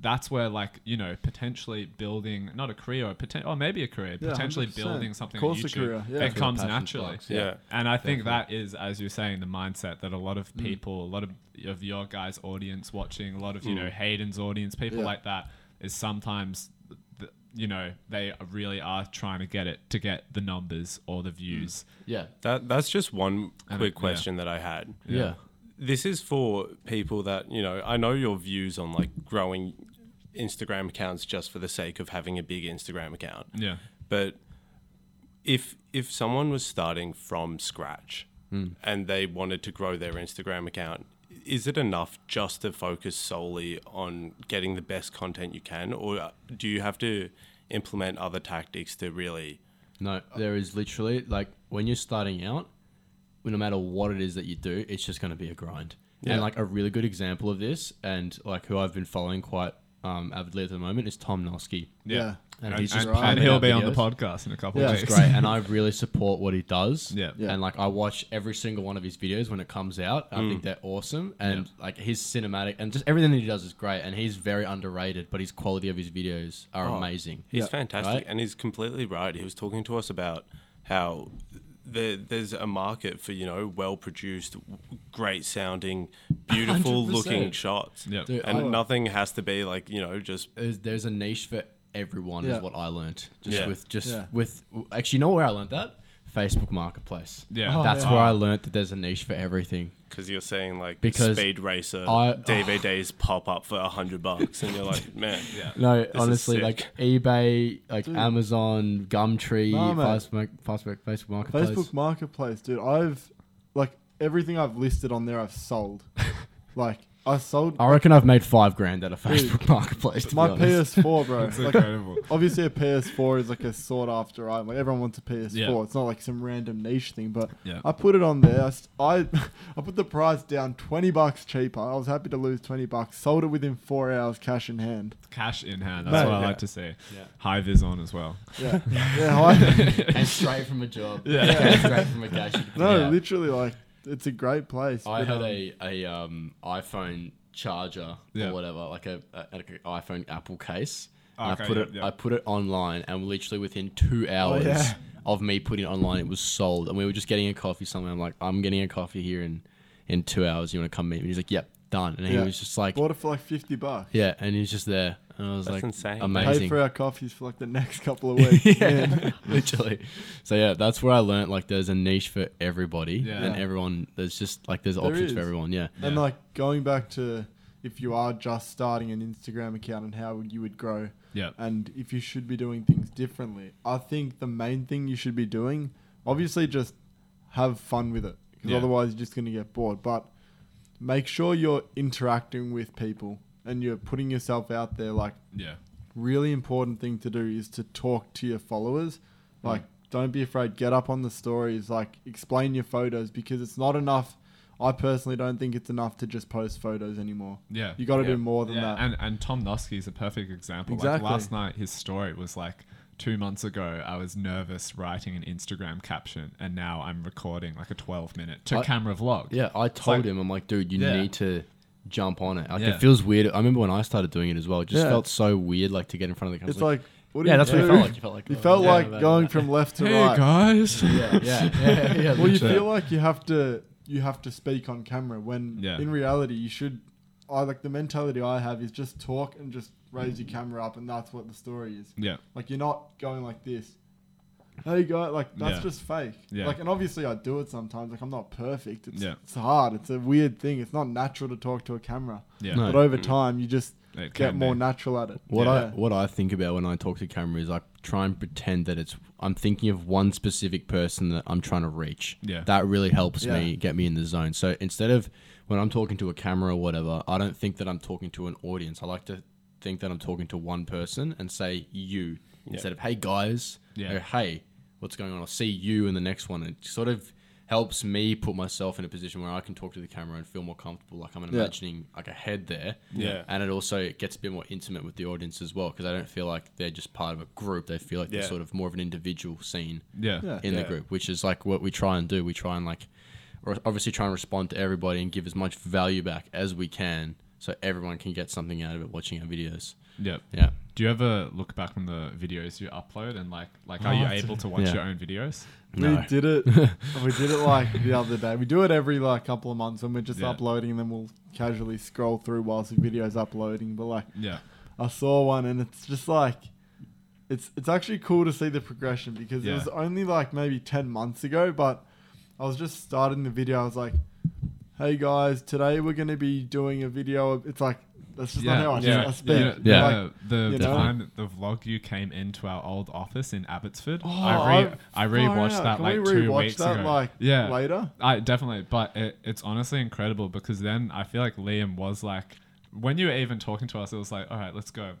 Speaker 1: that's where like you know potentially building not a career or, poten- or maybe a career
Speaker 4: Yeah,
Speaker 1: potentially
Speaker 4: 100%.
Speaker 1: building something
Speaker 4: Course
Speaker 1: on
Speaker 4: a
Speaker 1: YouTube,
Speaker 4: career, yeah.
Speaker 1: it comes
Speaker 3: Passion
Speaker 1: naturally
Speaker 3: sparks,
Speaker 2: yeah. Yeah.
Speaker 1: and I think that is, as you're saying, the mindset that a lot of people, a lot of, of your guys' audience watching, a lot of, you
Speaker 3: Mm.
Speaker 1: know, Hayden's audience, people
Speaker 4: Yeah.
Speaker 1: like that, is sometimes, th- you know, they really are trying to get it to get the numbers or the views.
Speaker 3: yeah.
Speaker 2: That that's just one
Speaker 1: And
Speaker 2: quick
Speaker 1: it- yeah.
Speaker 2: question that I had.
Speaker 3: Yeah.
Speaker 2: This is for people that, you know, I know your views on like growing Instagram accounts just for the sake of having a big Instagram account.
Speaker 1: Yeah.
Speaker 2: But if if someone was starting from scratch and they wanted to grow their Instagram account, is it enough just to focus solely on getting the best content you can or do you have to implement other tactics to really
Speaker 3: No, there is literally like when you're starting out, no matter what it is that you do, it's just going to be a grind.
Speaker 2: Yeah.
Speaker 3: And like a really good example of this, and like who I've been following quite um, avidly at the moment is Tom Nosky.
Speaker 1: Yeah.
Speaker 4: Yeah.
Speaker 1: And,
Speaker 3: And he's just
Speaker 1: and- and
Speaker 3: pounding
Speaker 1: he'll
Speaker 3: out
Speaker 1: be on the
Speaker 3: videos.
Speaker 1: podcast in a couple
Speaker 4: Yeah.
Speaker 1: of
Speaker 3: It's
Speaker 1: weeks.
Speaker 3: great, and I really support what he does.
Speaker 1: Yeah.
Speaker 4: Yeah.
Speaker 3: and like I watch every single one of his videos when it comes out. I
Speaker 1: Mm.
Speaker 3: think they're awesome, and like his cinematic and just everything that he does is great. And he's very underrated, but his quality of his videos are amazing.
Speaker 2: He's
Speaker 4: Oh. Yeah.
Speaker 2: fantastic,
Speaker 3: Right?
Speaker 2: and he's completely right. He was talking to us about how there, there's a market for you know well-produced, w- great-sounding, beautiful-looking
Speaker 3: 100%.
Speaker 2: shots,
Speaker 1: Yeah. Dude,
Speaker 2: and
Speaker 4: I-
Speaker 2: nothing has to be like you know just
Speaker 3: There's, there's a niche for everyone,
Speaker 4: Yeah.
Speaker 3: is what I learned. Just
Speaker 2: Yeah.
Speaker 3: with just
Speaker 4: Yeah.
Speaker 3: with actually, you know where I learned that Facebook Marketplace.
Speaker 1: Yeah. Oh,
Speaker 3: that's
Speaker 1: yeah.
Speaker 3: where I learned that there's a niche for everything.
Speaker 2: because you're saying like
Speaker 3: Because
Speaker 2: Speed Racer
Speaker 3: I- uh,
Speaker 2: DVDs pop up for a hundred bucks, and you're like, man, yeah,
Speaker 3: No,
Speaker 2: is
Speaker 3: honestly,
Speaker 2: sick.
Speaker 3: like eBay, like Amazon, Gumtree,
Speaker 4: Nah, mate.
Speaker 3: Facebook, Facebook, Facebook Marketplace.
Speaker 4: Facebook Marketplace, dude. I've like everything I've listed on there. I've sold. like I sold
Speaker 3: I reckon I've made five grand out of Facebook Marketplace. To
Speaker 4: my
Speaker 3: be honest.
Speaker 4: PS4, bro.
Speaker 1: It's
Speaker 4: like,
Speaker 1: incredible.
Speaker 4: obviously, a PS4 is like a sought after item. Like everyone wants a PS4.
Speaker 1: Yeah.
Speaker 4: It's not like some random niche thing. But
Speaker 1: Yeah.
Speaker 4: I put it on there. I s- I, I put the price down twenty bucks cheaper. I was happy to lose twenty bucks. Sold it within four hours, cash in hand.
Speaker 1: Cash in hand. That's
Speaker 4: No,
Speaker 1: what I
Speaker 4: yeah.
Speaker 1: like to see. High vis on as well.
Speaker 4: Yeah, yeah. I,
Speaker 3: and straight from a job.
Speaker 1: Yeah.
Speaker 3: And straight from a cash.
Speaker 4: no,
Speaker 3: Yeah.
Speaker 4: literally, like it's a great place.
Speaker 3: I
Speaker 4: but,
Speaker 3: had
Speaker 4: um,
Speaker 3: a, a um, iPhone charger
Speaker 1: Yeah.
Speaker 3: or whatever, like a, a like an iPhone Apple case. And
Speaker 1: Okay,
Speaker 3: I put
Speaker 1: yeah,
Speaker 3: it
Speaker 1: yeah.
Speaker 3: I put it online and literally within two hours
Speaker 4: yeah.
Speaker 3: of me putting it online it was sold and we were just getting a coffee somewhere. I'm like, I'm getting a coffee here in, in two hours, you wanna come meet me? He's like, Yep, done. And he
Speaker 4: Yeah.
Speaker 3: was just like
Speaker 4: bought it for like fifty bucks.
Speaker 3: Yeah, and he's just there. And I was
Speaker 2: That's
Speaker 3: like
Speaker 2: insane.
Speaker 4: Paid
Speaker 3: amazing.
Speaker 4: for our coffees for like the next couple of weeks. Man.
Speaker 3: yeah, literally. So yeah, that's where I learned like there's a niche for everybody,
Speaker 1: Yeah.
Speaker 3: and everyone there's just like there's options for
Speaker 4: is.
Speaker 3: everyone. Yeah,
Speaker 4: And
Speaker 1: Yeah.
Speaker 4: like going back to if you are just starting an Instagram account and how you would grow
Speaker 1: Yeah.
Speaker 4: and if you should be doing things differently, I think the main thing you should be doing, obviously, just have fun with it because
Speaker 1: Yeah.
Speaker 4: otherwise you're just going to get bored. But make sure you're interacting with people and you're putting yourself out there. Like,
Speaker 1: Yeah.
Speaker 4: really important thing to do is to talk to your followers.
Speaker 1: Mm.
Speaker 4: Like, don't be afraid. Get up on the stories. Like, explain your photos because it's not enough. I personally don't think it's enough to just post photos anymore.
Speaker 1: Yeah.
Speaker 4: You got to
Speaker 2: Yeah.
Speaker 4: do more than
Speaker 1: yeah,
Speaker 4: that.
Speaker 1: and and Tom Nosky is a perfect example.
Speaker 4: Exactly.
Speaker 1: Like last night, his story was like two months ago. I was nervous writing an Instagram caption, and now I'm recording like a 12 minute to
Speaker 3: I-
Speaker 1: camera vlog.
Speaker 3: yeah. I told him I'm like, dude, you
Speaker 1: Yeah.
Speaker 3: need to jump on it. Like
Speaker 1: Yeah.
Speaker 3: it feels weird. I remember when I started doing it as well. It just
Speaker 4: Yeah.
Speaker 3: felt so weird, like to get in front of the camera.
Speaker 4: it's like, what do
Speaker 3: yeah,
Speaker 4: you
Speaker 3: that's what
Speaker 4: do?
Speaker 3: it felt like. You felt like
Speaker 4: You
Speaker 3: oh,
Speaker 4: felt
Speaker 3: yeah,
Speaker 4: like
Speaker 3: that-
Speaker 4: going
Speaker 3: that-
Speaker 4: from left to
Speaker 1: Hey
Speaker 4: right.
Speaker 1: guys.
Speaker 3: yeah, yeah, yeah, yeah,
Speaker 4: Well, you
Speaker 3: literally.
Speaker 4: feel like you have to you have to speak on camera when
Speaker 1: Yeah.
Speaker 4: in reality you should. I like the mentality I have is just talk and just raise your camera up, and that's what the story is.
Speaker 1: Yeah.
Speaker 4: Like you're not going like this. Hey guy, like that's
Speaker 1: Yeah.
Speaker 4: just fake.
Speaker 1: Yeah.
Speaker 4: Like and obviously I do it sometimes. Like I'm not perfect. It's
Speaker 1: Yeah.
Speaker 4: it's hard. It's a weird thing. It's not natural to talk to a camera.
Speaker 1: Yeah. Mm.
Speaker 3: No.
Speaker 4: But over time you just
Speaker 1: It
Speaker 4: get
Speaker 1: can
Speaker 4: more
Speaker 1: be.
Speaker 4: natural at it.
Speaker 3: What I
Speaker 4: Yeah.
Speaker 3: what I think about when I talk to camera is I try and pretend that it's I'm thinking of one specific person that I'm trying to reach.
Speaker 1: Yeah.
Speaker 3: That really helps me
Speaker 4: Yeah.
Speaker 3: get me in the zone. So instead of when I'm talking to a camera or whatever, I don't think that I'm talking to an audience. I like to think that I'm talking to one person and say you instead of hey guys
Speaker 1: Yeah.
Speaker 3: or hey what's going on. I'll see you in the next one. It sort of helps me put myself in a position where I can talk to the camera and feel more comfortable. Like I'm
Speaker 4: Yeah.
Speaker 3: imagining like a head there.
Speaker 2: Yeah.
Speaker 3: And it also gets a bit more intimate with the audience as well because I don't feel like they're just part of a group. They feel like
Speaker 2: Yeah.
Speaker 3: they're sort of more of an individual scene
Speaker 1: Yeah.
Speaker 4: Yeah.
Speaker 3: in the
Speaker 2: Yeah.
Speaker 3: group, which is like what we try and do. We try and like or obviously try and respond to everybody and give as much value back as we can so everyone can get something out of it watching our videos.
Speaker 1: Yeah.
Speaker 3: Yeah.
Speaker 1: Do you ever look back on the videos you upload and like like are you
Speaker 4: it's-
Speaker 1: able to watch
Speaker 3: Yeah.
Speaker 1: your own videos?
Speaker 4: We
Speaker 3: No.
Speaker 4: did it. we did it like the other day. We do it every like couple of months when we're just
Speaker 1: Yeah.
Speaker 4: uploading, and then we'll casually scroll through whilst the video's uploading. But like,
Speaker 1: Yeah.
Speaker 4: I saw one, and it's just like, it's it's actually cool to see the progression because
Speaker 1: Yeah.
Speaker 4: it was only like maybe ten months ago, but I was just starting the video. I was like, "Hey guys, today we're gonna be doing a video." of-" It's like that's just not how I, I speak.
Speaker 1: Yeah.
Speaker 3: Yeah.
Speaker 4: Like,
Speaker 1: the the
Speaker 4: you know?
Speaker 1: time the vlog you came into our old office in Abbotsford,
Speaker 4: Oh,
Speaker 1: I re
Speaker 4: I've-
Speaker 1: I
Speaker 4: far
Speaker 1: rewatched
Speaker 4: out.
Speaker 1: that
Speaker 4: Can
Speaker 1: like
Speaker 4: we
Speaker 1: two
Speaker 4: rewatch
Speaker 1: weeks
Speaker 4: that,
Speaker 1: ago.
Speaker 4: like,
Speaker 1: yeah,
Speaker 4: later?
Speaker 1: I definitely, but it, it's honestly incredible because then I feel like Liam was like, when you were even talking to us, it was like, all right, let's go.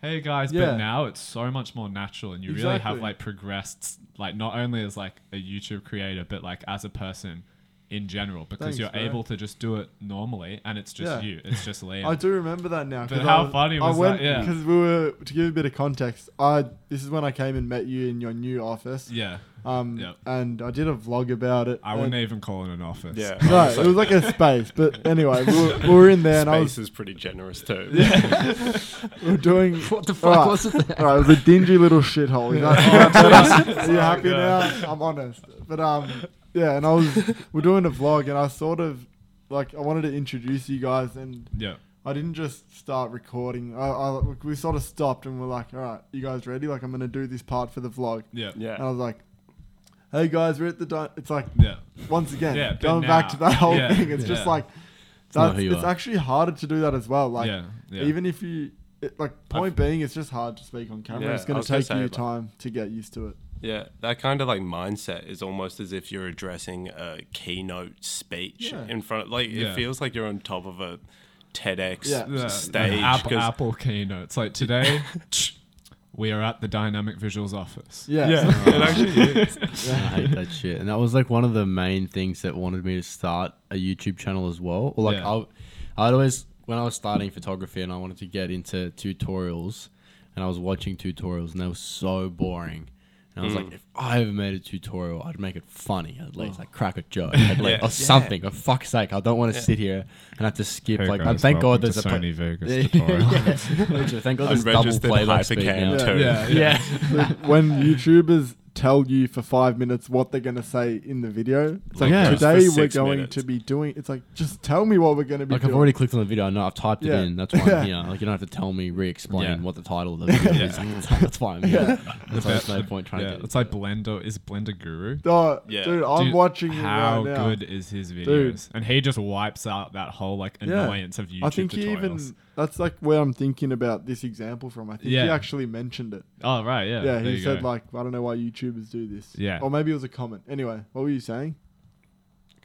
Speaker 1: Hey guys, but
Speaker 4: Yeah.
Speaker 1: now it's so much more natural, and you really have
Speaker 4: Exactly.
Speaker 1: like progressed, like not only as like a YouTube creator, but like as a person. in general because
Speaker 4: Thanks,
Speaker 1: you're
Speaker 4: bro.
Speaker 1: able to just do it normally and it's just
Speaker 4: Yeah.
Speaker 1: you. It's just
Speaker 4: I
Speaker 1: Liam.
Speaker 4: do remember that now.
Speaker 1: But
Speaker 4: 'cause
Speaker 1: how
Speaker 4: I,
Speaker 1: funny was
Speaker 4: I
Speaker 1: that?
Speaker 4: went,
Speaker 1: Yeah.
Speaker 4: Because we were to give you a bit of context. I this is when I came and met you in your new office.
Speaker 1: yeah.
Speaker 4: Um,
Speaker 1: Yep.
Speaker 4: and I did a vlog about it.
Speaker 1: I
Speaker 4: and-
Speaker 1: wouldn't even call it an office.
Speaker 2: Yeah.
Speaker 4: No, it was like a space. But anyway, we were, we were in there and I
Speaker 2: Space
Speaker 4: was
Speaker 2: is pretty generous too.
Speaker 4: we were doing.
Speaker 3: What the
Speaker 4: Alright.
Speaker 3: fuck was it?
Speaker 4: All right, it was a dingy little shithole. Is
Speaker 1: Oh,
Speaker 4: that- Are you happy
Speaker 1: God.
Speaker 4: now? I'm honest. But um, yeah, and I was we're doing a vlog and I sort of like I wanted to introduce you guys and
Speaker 1: Yeah.
Speaker 4: I didn't just start recording. I, I we sort of stopped and we're like, all right, you guys ready? Like I'm gonna do this part for the vlog.
Speaker 1: Yeah.
Speaker 4: And I
Speaker 2: yeah.
Speaker 4: was like, hey guys, we're at the. Di-. It's like
Speaker 1: Yeah.
Speaker 4: once again
Speaker 1: Yeah, but
Speaker 4: going back
Speaker 1: now.
Speaker 4: to that whole
Speaker 1: Yeah,
Speaker 4: thing. It's just
Speaker 1: yeah.
Speaker 4: like
Speaker 3: not
Speaker 4: that's
Speaker 3: who you
Speaker 4: it's
Speaker 3: are.
Speaker 4: actually harder to do that as well. Like
Speaker 1: yeah. Yeah.
Speaker 4: even if you it, like point being, it's just hard to speak on camera.
Speaker 2: Yeah,
Speaker 4: it's going
Speaker 2: I
Speaker 4: to
Speaker 2: was gonna
Speaker 4: take
Speaker 2: say,
Speaker 4: you
Speaker 2: like-
Speaker 4: time to get used to it.
Speaker 2: Yeah. That kind of like mindset is almost as if you're addressing a keynote speech
Speaker 4: Yeah.
Speaker 2: in front of like
Speaker 1: Yeah.
Speaker 2: it feels like you're on top of a TEDx
Speaker 4: Yeah.
Speaker 1: Yeah,
Speaker 2: stage
Speaker 1: like Uh, Apple,
Speaker 2: 'cause-
Speaker 1: Apple keynotes. Like today, we are at the Dynamic Visuals office. uh,
Speaker 4: Yeah.
Speaker 2: Yeah, it actually is.
Speaker 3: I hate that shit. And that was like one of the main things that wanted me to start a YouTube channel as well. Or like
Speaker 1: Yeah.
Speaker 3: I, I'd always when I was starting photography and I wanted to get into tutorials, and I was watching tutorials and they were so boring. And I
Speaker 1: Hmm.
Speaker 3: was like, if I ever made a tutorial, I'd make it funny at
Speaker 1: Oh.
Speaker 3: least, like crack a joke, at least,
Speaker 2: Yeah.
Speaker 3: or something. For fuck's sake, I don't want to sit here and have to skip.
Speaker 1: Hey
Speaker 3: like,
Speaker 1: guys,
Speaker 3: thank
Speaker 1: welcome
Speaker 3: God there's a
Speaker 1: to
Speaker 3: pla-
Speaker 1: Sony Vegas
Speaker 3: Yeah.
Speaker 1: tutorial.
Speaker 3: Thank God there's double
Speaker 2: Unregistered
Speaker 3: playback speed now.
Speaker 2: hypercam too.
Speaker 1: Yeah.
Speaker 3: Yeah.
Speaker 4: Like, when YouTubers tell you for five minutes what they're going to say in the video, it's like
Speaker 3: Yeah. Just
Speaker 2: for
Speaker 4: today we're
Speaker 2: six
Speaker 4: going
Speaker 2: minutes.
Speaker 4: to be doing. It's like just tell me what we're going to be
Speaker 3: Like
Speaker 4: doing.
Speaker 3: I've already clicked on the video. I know I've typed
Speaker 4: Yeah.
Speaker 3: it in. That's why I'm
Speaker 4: Yeah.
Speaker 3: here. Like you don't have to tell me, re-explain
Speaker 1: Yeah.
Speaker 3: what the title of the video is. Like, that's- that's why I'm here. That's why there's no point trying
Speaker 1: yeah.
Speaker 3: to. Get
Speaker 1: It's like Blender is Blender Guru.
Speaker 4: Oh,
Speaker 2: Yeah.
Speaker 4: dude, I'm
Speaker 1: Dude,
Speaker 4: watching it
Speaker 1: how
Speaker 4: right now.
Speaker 1: good is his videos,
Speaker 4: Dude.
Speaker 1: and he just wipes out that whole like
Speaker 4: Yeah.
Speaker 1: annoyance of YouTube
Speaker 4: I think he
Speaker 1: tutorials.
Speaker 4: even that's like where I'm thinking about this example from. I think he
Speaker 1: Yeah.
Speaker 4: actually mentioned it.
Speaker 1: oh right, yeah,
Speaker 4: Yeah,
Speaker 1: there
Speaker 4: he
Speaker 1: you
Speaker 4: said
Speaker 1: go.
Speaker 4: like I don't know why YouTubers do this.
Speaker 1: Yeah.
Speaker 4: or maybe it was a comment. Anyway, what were you saying?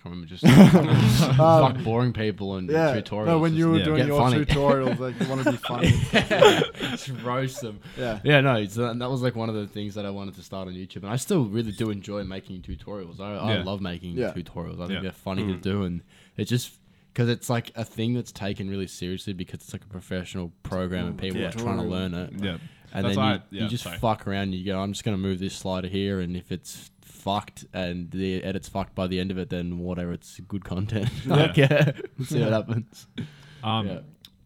Speaker 4: Um,
Speaker 3: I can't remember just fuck boring people and
Speaker 4: Yeah,
Speaker 3: tutorials.
Speaker 4: no, when you were
Speaker 1: yeah.
Speaker 4: doing
Speaker 3: Get
Speaker 4: your
Speaker 3: funny.
Speaker 4: tutorials, like you want to be funny.
Speaker 3: just roast them.
Speaker 4: Yeah.
Speaker 3: Yeah, no, it's, and that was like one of the things that I wanted to start on YouTube, and I still really do enjoy making tutorials. I, I
Speaker 1: Yeah.
Speaker 3: love making
Speaker 4: Yeah.
Speaker 3: tutorials. I think
Speaker 1: Yeah. Mm.
Speaker 3: they're funny to do, and it just because it's like a thing that's taken really seriously because it's like a professional program and people are trying to
Speaker 4: tutorial.
Speaker 3: learn it.
Speaker 1: yeah, That's
Speaker 3: And then you,
Speaker 1: why I- yeah,
Speaker 3: you just
Speaker 1: sorry.
Speaker 3: fuck around. And you go, I'm just gonna move this slider here, and if it's fucked and the edit's fucked by the end of it, then whatever, it's good content. okay, see what happens.
Speaker 1: Um,
Speaker 3: Yeah.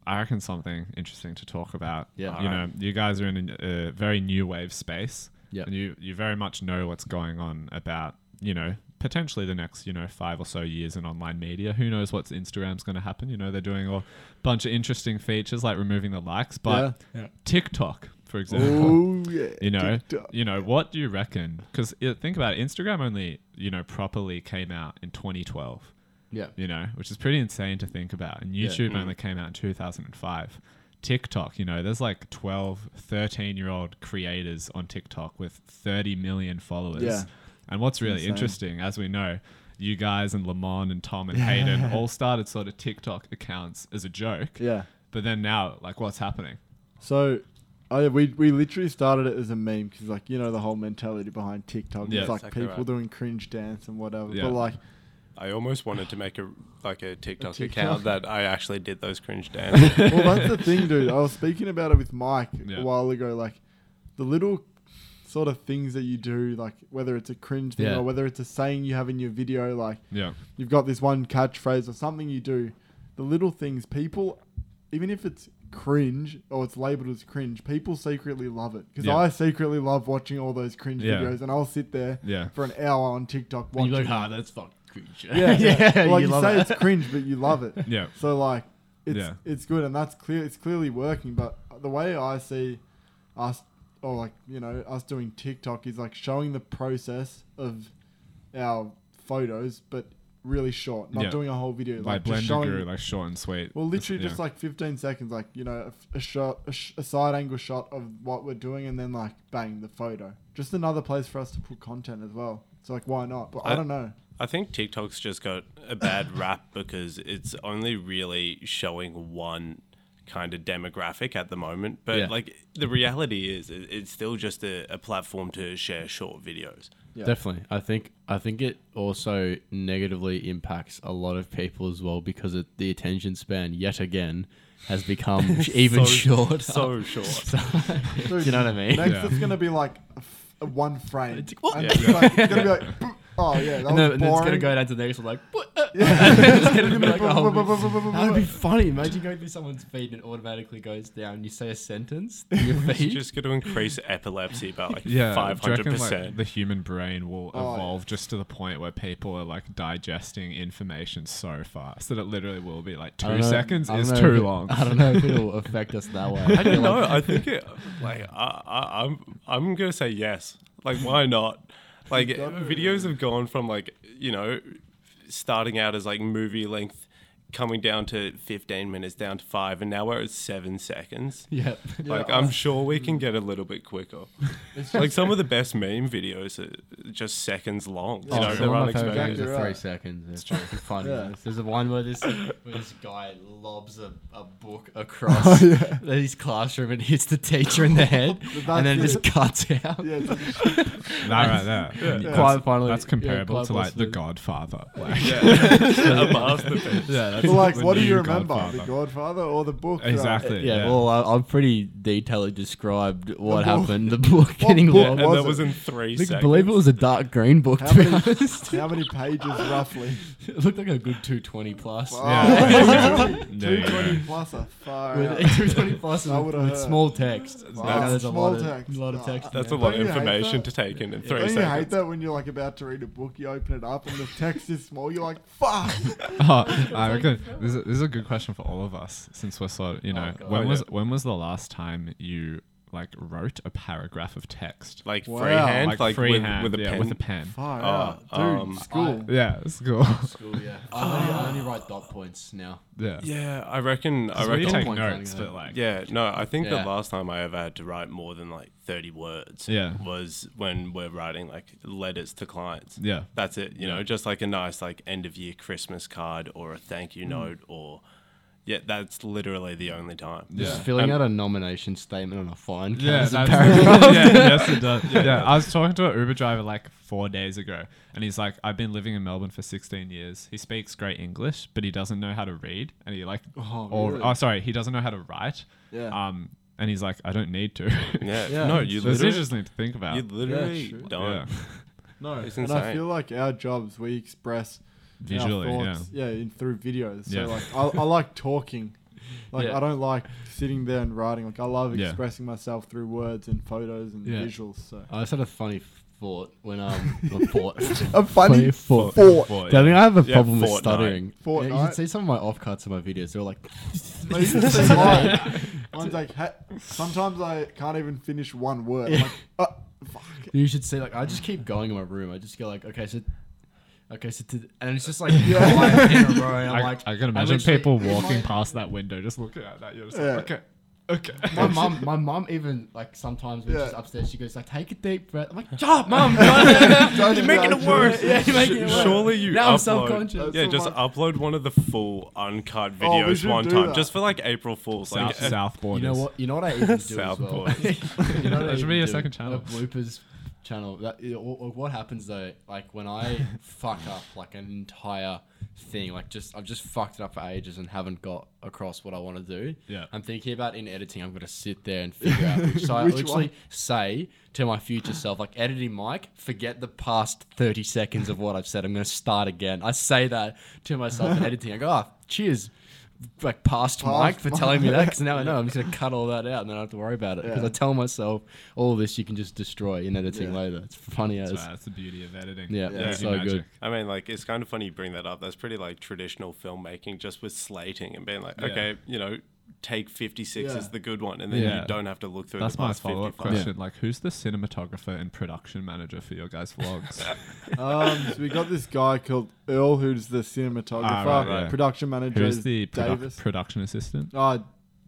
Speaker 1: I reckon something interesting to talk about.
Speaker 3: Yeah.
Speaker 1: you know,
Speaker 2: Alright.
Speaker 1: you guys are in a very new wave space.
Speaker 3: Yeah.
Speaker 1: and you you very much know what's going on about you know potentially the next you know five or so years in online media. Who knows what's Instagram's going to happen? You know, they're doing a bunch of interesting features like removing the likes, but TikTok, for example.
Speaker 4: Oh yeah,
Speaker 1: You know,
Speaker 4: TikTok.
Speaker 1: you know what do you reckon? Because think about it, Instagram only you know properly came out in 2012
Speaker 3: Yeah,
Speaker 1: you know, which is pretty insane to think about. And
Speaker 3: Yeah.
Speaker 1: YouTube
Speaker 4: Mm.
Speaker 1: only came out in 2005. TikTok, you know, there's like 12, 13 year old creators on TikTok with 30 million followers.
Speaker 4: Yeah.
Speaker 1: And what's really
Speaker 4: Insane.
Speaker 1: interesting, as we know, you guys and Lamont and Tom and Hayden all started sort of TikTok accounts as a joke.
Speaker 4: yeah.
Speaker 1: But then now, like, what's happening?
Speaker 4: So, I, we we literally started it as a meme because like you know the whole mentality behind TikTok.
Speaker 1: Yeah.
Speaker 4: it's like
Speaker 2: Exactly
Speaker 4: people
Speaker 2: right.
Speaker 4: doing cringe dance and whatever.
Speaker 1: Yeah.
Speaker 4: But like,
Speaker 2: I almost wanted to make a like a TikTok,
Speaker 4: TikTok.
Speaker 2: account that I actually did those cringe dances.
Speaker 4: well, that's the thing, dude. I was speaking about it with Mike
Speaker 1: Yeah.
Speaker 4: a while ago. Like, the little sort of things that you do, like whether it's a cringe thing
Speaker 3: Yeah.
Speaker 4: or whether it's a saying you have in your video, like
Speaker 1: Yeah.
Speaker 4: you've got this one catchphrase or something you do, the little things people, even if it's cringe or it's labeled as cringe, people secretly love it. Because
Speaker 1: Yeah.
Speaker 4: I secretly love watching all those cringe
Speaker 1: Yeah.
Speaker 4: videos, and I'll sit there
Speaker 1: Yeah.
Speaker 4: for an hour on TikTok
Speaker 3: and
Speaker 4: watching.
Speaker 3: you're like, ah, that's fucking cringe.
Speaker 4: yeah, yeah. Well, you,
Speaker 3: love
Speaker 4: say
Speaker 3: it.
Speaker 4: it's cringe, but you love it.
Speaker 1: Yeah.
Speaker 4: So like, it's
Speaker 1: Yeah.
Speaker 4: it's good, and that's clear. It's clearly working. But the way I see us, or like you know, us doing TikTok is like showing the process of our photos, but really short, not
Speaker 1: Yeah.
Speaker 4: doing a whole video,
Speaker 1: Like,
Speaker 4: like, just
Speaker 1: Blender
Speaker 4: showing.
Speaker 1: Guru, like short and sweet.
Speaker 4: well, literally
Speaker 1: Yeah.
Speaker 4: just like 15 seconds, like, you know, a f- a, shot, a, sh- a side angle shot of what we're doing, and then like bang, the photo. Just another place for us to put content as well. So, like, why not? But I,
Speaker 2: I-
Speaker 4: don't know.
Speaker 2: I think TikTok's just got a bad rap because it's only really showing one kind of demographic at the moment. But
Speaker 3: Yeah.
Speaker 2: like the reality is, it- it's still just a, a platform to share short videos.
Speaker 4: Yeah.
Speaker 3: Definitely. I think I think it also negatively impacts a lot of people as well because it, the attention span yet again has become even shorter.
Speaker 2: So short.
Speaker 3: So- do you know what I mean?
Speaker 4: Next,
Speaker 1: Yeah.
Speaker 4: it's gonna be like f- one frame.
Speaker 3: It's like, what?
Speaker 4: And it's like- it's gonna be like, "Boop." oh yeah, that
Speaker 3: and then,
Speaker 4: was
Speaker 3: and then it's
Speaker 4: boring.
Speaker 3: gonna go down to the next one like what?
Speaker 4: Yeah.
Speaker 3: It's gonna be like, oh, that would be
Speaker 4: That'd
Speaker 3: funny. Imagine going through someone's feed and it automatically goes down. You say a sentence, your feed.
Speaker 2: It's just going to increase epilepsy by like
Speaker 1: Yeah,
Speaker 2: five
Speaker 1: do you
Speaker 2: hundred
Speaker 1: reckon, like,
Speaker 2: percent.
Speaker 1: the human brain will
Speaker 4: Oh, yeah.
Speaker 1: evolve just to the point where people are like digesting information so fast that it literally will be like
Speaker 3: I don't
Speaker 1: two
Speaker 3: know-
Speaker 1: seconds
Speaker 3: I don't
Speaker 1: is
Speaker 3: know
Speaker 1: too
Speaker 3: if it-
Speaker 1: long.
Speaker 3: I don't know if it'll affect us that way.
Speaker 2: I don't know. I think it, like I, I, I'm I'm gonna say yes. Like why not? Like videos have gone from like you know starting out as like movie length, coming down to 15 minutes, down to five, and now we're at seven seconds.
Speaker 3: Yep.
Speaker 2: Like I'm sure we can get a little bit quicker. Like some of the best meme videos are just seconds long. You
Speaker 3: Oh,
Speaker 2: know,
Speaker 3: some
Speaker 2: they're
Speaker 3: of my favorite
Speaker 2: unexpected.
Speaker 4: unexpected.
Speaker 3: videos are three
Speaker 4: Exactly right.
Speaker 3: seconds. It's true. funny.
Speaker 4: Yeah.
Speaker 3: ones. There's the one where this where this guy lobs a, a book across his classroom and hits the teacher in the head, and then it
Speaker 4: That's
Speaker 3: just cuts out.
Speaker 4: Yeah, it's-
Speaker 1: that right there.
Speaker 3: Yeah.
Speaker 1: That's,
Speaker 3: Quite finally-
Speaker 1: that's
Speaker 3: yeah,
Speaker 1: comparable
Speaker 3: quite
Speaker 1: to like The
Speaker 3: possibly.
Speaker 1: Godfather. Like,
Speaker 2: Yeah. A masterpiece.
Speaker 1: yeah, that's
Speaker 4: Well, like,
Speaker 1: the
Speaker 4: what do you
Speaker 1: new
Speaker 4: remember? The
Speaker 1: Godfather.
Speaker 4: Godfather or the book? right?
Speaker 1: Exactly.
Speaker 3: Yeah,
Speaker 1: yeah.
Speaker 3: well, I, I've pretty detailedly described what
Speaker 4: book-
Speaker 3: happened. The book getting
Speaker 4: book
Speaker 3: lobbed.
Speaker 2: And
Speaker 4: Was
Speaker 2: that
Speaker 4: it?
Speaker 2: was in three
Speaker 3: I
Speaker 2: seconds.
Speaker 3: believe it was a dark green book.
Speaker 4: How
Speaker 3: To be
Speaker 4: many,
Speaker 3: honest,
Speaker 4: how many pages roughly?
Speaker 3: it looked like a good two twenty plus.
Speaker 1: Yeah.
Speaker 4: Wow.
Speaker 1: There you go.
Speaker 4: 220 plus a far
Speaker 3: With
Speaker 4: out.
Speaker 3: 220 plus
Speaker 4: I
Speaker 3: with,
Speaker 4: would've
Speaker 3: with
Speaker 4: heard.
Speaker 3: small text.
Speaker 4: Wow,
Speaker 3: You know, there's a
Speaker 4: small
Speaker 3: lot of,
Speaker 4: text.
Speaker 3: lot of
Speaker 4: Nah.
Speaker 3: text. in
Speaker 2: That's
Speaker 3: there.
Speaker 2: a lot
Speaker 4: Don't
Speaker 2: of
Speaker 4: you hate
Speaker 2: information
Speaker 4: that?
Speaker 2: to take in in 3
Speaker 4: Don't you
Speaker 2: seconds.
Speaker 4: hate that when you're like about to read a book, you open it up and the text is small, you're like, fuck.
Speaker 1: Oh, I reckon this is, this is a good question for all of us since we're sort of, you know,
Speaker 3: Oh, God.
Speaker 1: when
Speaker 2: Yeah.
Speaker 1: was when was the last time you like wrote a paragraph of text?
Speaker 2: Like
Speaker 4: Wow.
Speaker 2: freehand, like,
Speaker 1: freehand,
Speaker 2: with, with a
Speaker 1: yeah,
Speaker 2: pen.
Speaker 1: with a pen.
Speaker 4: Far
Speaker 2: Oh,
Speaker 4: out. Dude,
Speaker 2: um,
Speaker 4: school.
Speaker 1: Yeah, it's cool.
Speaker 3: School, yeah. I, only, I only write dot points now.
Speaker 1: yeah.
Speaker 2: Yeah, I reckon. I
Speaker 1: It's where you
Speaker 2: reckon.
Speaker 1: take
Speaker 3: Point kind of
Speaker 1: notes,
Speaker 3: guy.
Speaker 1: but like
Speaker 2: yeah, no, I think
Speaker 3: Yeah.
Speaker 2: the last time I ever had to write more than like thirty words
Speaker 1: Yeah.
Speaker 2: was when we're writing like letters to clients.
Speaker 1: Yeah.
Speaker 2: That's it. You know, just like a nice like end of year Christmas card or a thank
Speaker 1: Mm.
Speaker 2: you note or yeah, that's literally the only time.
Speaker 1: Yeah.
Speaker 3: Just filling
Speaker 2: And-
Speaker 3: out a nomination statement on a fine.
Speaker 1: Yeah,
Speaker 3: Yeah,
Speaker 1: that's- yeah, yes it does. Yeah. I was talking to an Uber driver like four days ago, and he's like, "I've been living in Melbourne for 16 years. He speaks great English, but he doesn't know how to read, and he like,
Speaker 4: Oh,
Speaker 1: or
Speaker 4: really?
Speaker 1: oh, sorry, he doesn't know how to write.
Speaker 4: Yeah.
Speaker 1: Um, and he's like, I don't need to.
Speaker 2: Yeah.
Speaker 4: Yeah.
Speaker 2: No, you
Speaker 1: so it's
Speaker 2: literally,
Speaker 1: interesting to think about.
Speaker 2: you literally
Speaker 4: Yeah, sure.
Speaker 2: don't.
Speaker 1: Yeah.
Speaker 4: No,
Speaker 2: It's
Speaker 4: and I
Speaker 2: insane.
Speaker 4: feel like our jobs we express
Speaker 1: Visually,
Speaker 4: our
Speaker 1: yeah.
Speaker 4: thoughts, yeah, in, through videos. So
Speaker 1: Yeah.
Speaker 4: like, I, I like talking. Like
Speaker 3: Yeah.
Speaker 4: I don't like sitting there and writing. Like I love
Speaker 1: Yeah.
Speaker 4: expressing myself through words and photos and
Speaker 3: Yeah.
Speaker 4: visuals. So
Speaker 3: I just had a funny thought when um a thought.
Speaker 4: a
Speaker 3: funny
Speaker 4: funny
Speaker 3: thought.
Speaker 4: thought.
Speaker 1: But,
Speaker 3: I think I have a
Speaker 2: Yeah,
Speaker 3: problem with
Speaker 2: Fortnite.
Speaker 3: stuttering.
Speaker 4: Fortnite.
Speaker 3: Yeah, you should see some of my offcuts in my videos. They're all like,
Speaker 4: Like, you can see mine. Mine's like, ha- sometimes I can't even finish one word. I'm
Speaker 3: Yeah.
Speaker 4: Like, uh, fuck.
Speaker 3: you should see like I just keep going in my room. I just go like, okay, so, okay, so, to, and it's just like
Speaker 4: Yeah.
Speaker 3: five in a row. And I'm
Speaker 1: I,
Speaker 3: like,
Speaker 1: I can imagine
Speaker 3: literally-
Speaker 1: people walking past that window, just looking at that. You're just like,
Speaker 4: Yeah.
Speaker 1: okay, okay.
Speaker 3: My mum, my mum, even like sometimes when
Speaker 4: Yeah.
Speaker 3: she's upstairs, she goes like, "Take a deep breath." I'm like, "Stop, mum! You're
Speaker 4: Don't
Speaker 3: making it
Speaker 4: judge
Speaker 3: worse.
Speaker 4: me.
Speaker 3: Yeah, you're making it
Speaker 2: Sh-
Speaker 3: worse."
Speaker 2: Surely you
Speaker 3: now I'm
Speaker 2: upload-
Speaker 3: self-conscious.
Speaker 4: That's
Speaker 2: Yeah,
Speaker 4: so
Speaker 2: just
Speaker 4: much.
Speaker 2: upload one of the full uncut
Speaker 4: Oh, we
Speaker 2: videos
Speaker 4: should
Speaker 2: one
Speaker 4: do
Speaker 2: time,
Speaker 4: that.
Speaker 2: just for like April Fools. Like, eh.
Speaker 1: South, South
Speaker 3: You
Speaker 1: borders.
Speaker 3: know what? You know what I even do as well.
Speaker 2: South boys.
Speaker 3: you know what I
Speaker 1: That should
Speaker 3: even
Speaker 1: be a
Speaker 3: do?
Speaker 1: second channel.
Speaker 3: A bloopers channel. That, you know, or- or what happens though? Like when I fuck up like an entire thing, like just I've just fucked it up for ages and haven't got across what I want to do.
Speaker 1: Yeah.
Speaker 3: I'm thinking about in editing. I'm gonna sit there and figure out. Which, so I
Speaker 4: Which
Speaker 3: literally
Speaker 4: one?
Speaker 3: say to my future self, like editing Mike, forget the past 30 seconds of what I've said. I'm gonna start again. I say that to myself in editing. I go, oh, cheers. Like past, Mike for
Speaker 4: Mike.
Speaker 3: telling me that because now I know I'm just gonna cut all that out and then I don't have to worry about it because
Speaker 4: Yeah.
Speaker 3: I tell myself all this you can just destroy in editing
Speaker 4: Yeah.
Speaker 3: later. It's funny as
Speaker 1: That's, right, that's the beauty of editing.
Speaker 3: yeah,
Speaker 4: Yeah.
Speaker 3: it's
Speaker 1: You
Speaker 3: so
Speaker 1: magic.
Speaker 3: good.
Speaker 2: I mean, like it's kind of funny you bring that up. That's pretty like traditional filmmaking, just with slating and being like,
Speaker 1: Yeah.
Speaker 2: okay, you know, take fifty six
Speaker 4: Yeah.
Speaker 2: is the good one, and then
Speaker 1: Yeah.
Speaker 2: you don't have to look through
Speaker 1: That's
Speaker 2: the
Speaker 1: my
Speaker 2: past
Speaker 1: follow up
Speaker 2: 55.
Speaker 1: question. Like, who's the cinematographer and production manager for your guys' vlogs?
Speaker 4: Um, so we got this guy called Earl, who's the cinematographer,
Speaker 1: Ah, right, right.
Speaker 4: production manager.
Speaker 1: who's
Speaker 4: is
Speaker 1: the produc-
Speaker 4: Davis?
Speaker 1: production assistant?
Speaker 4: Uh,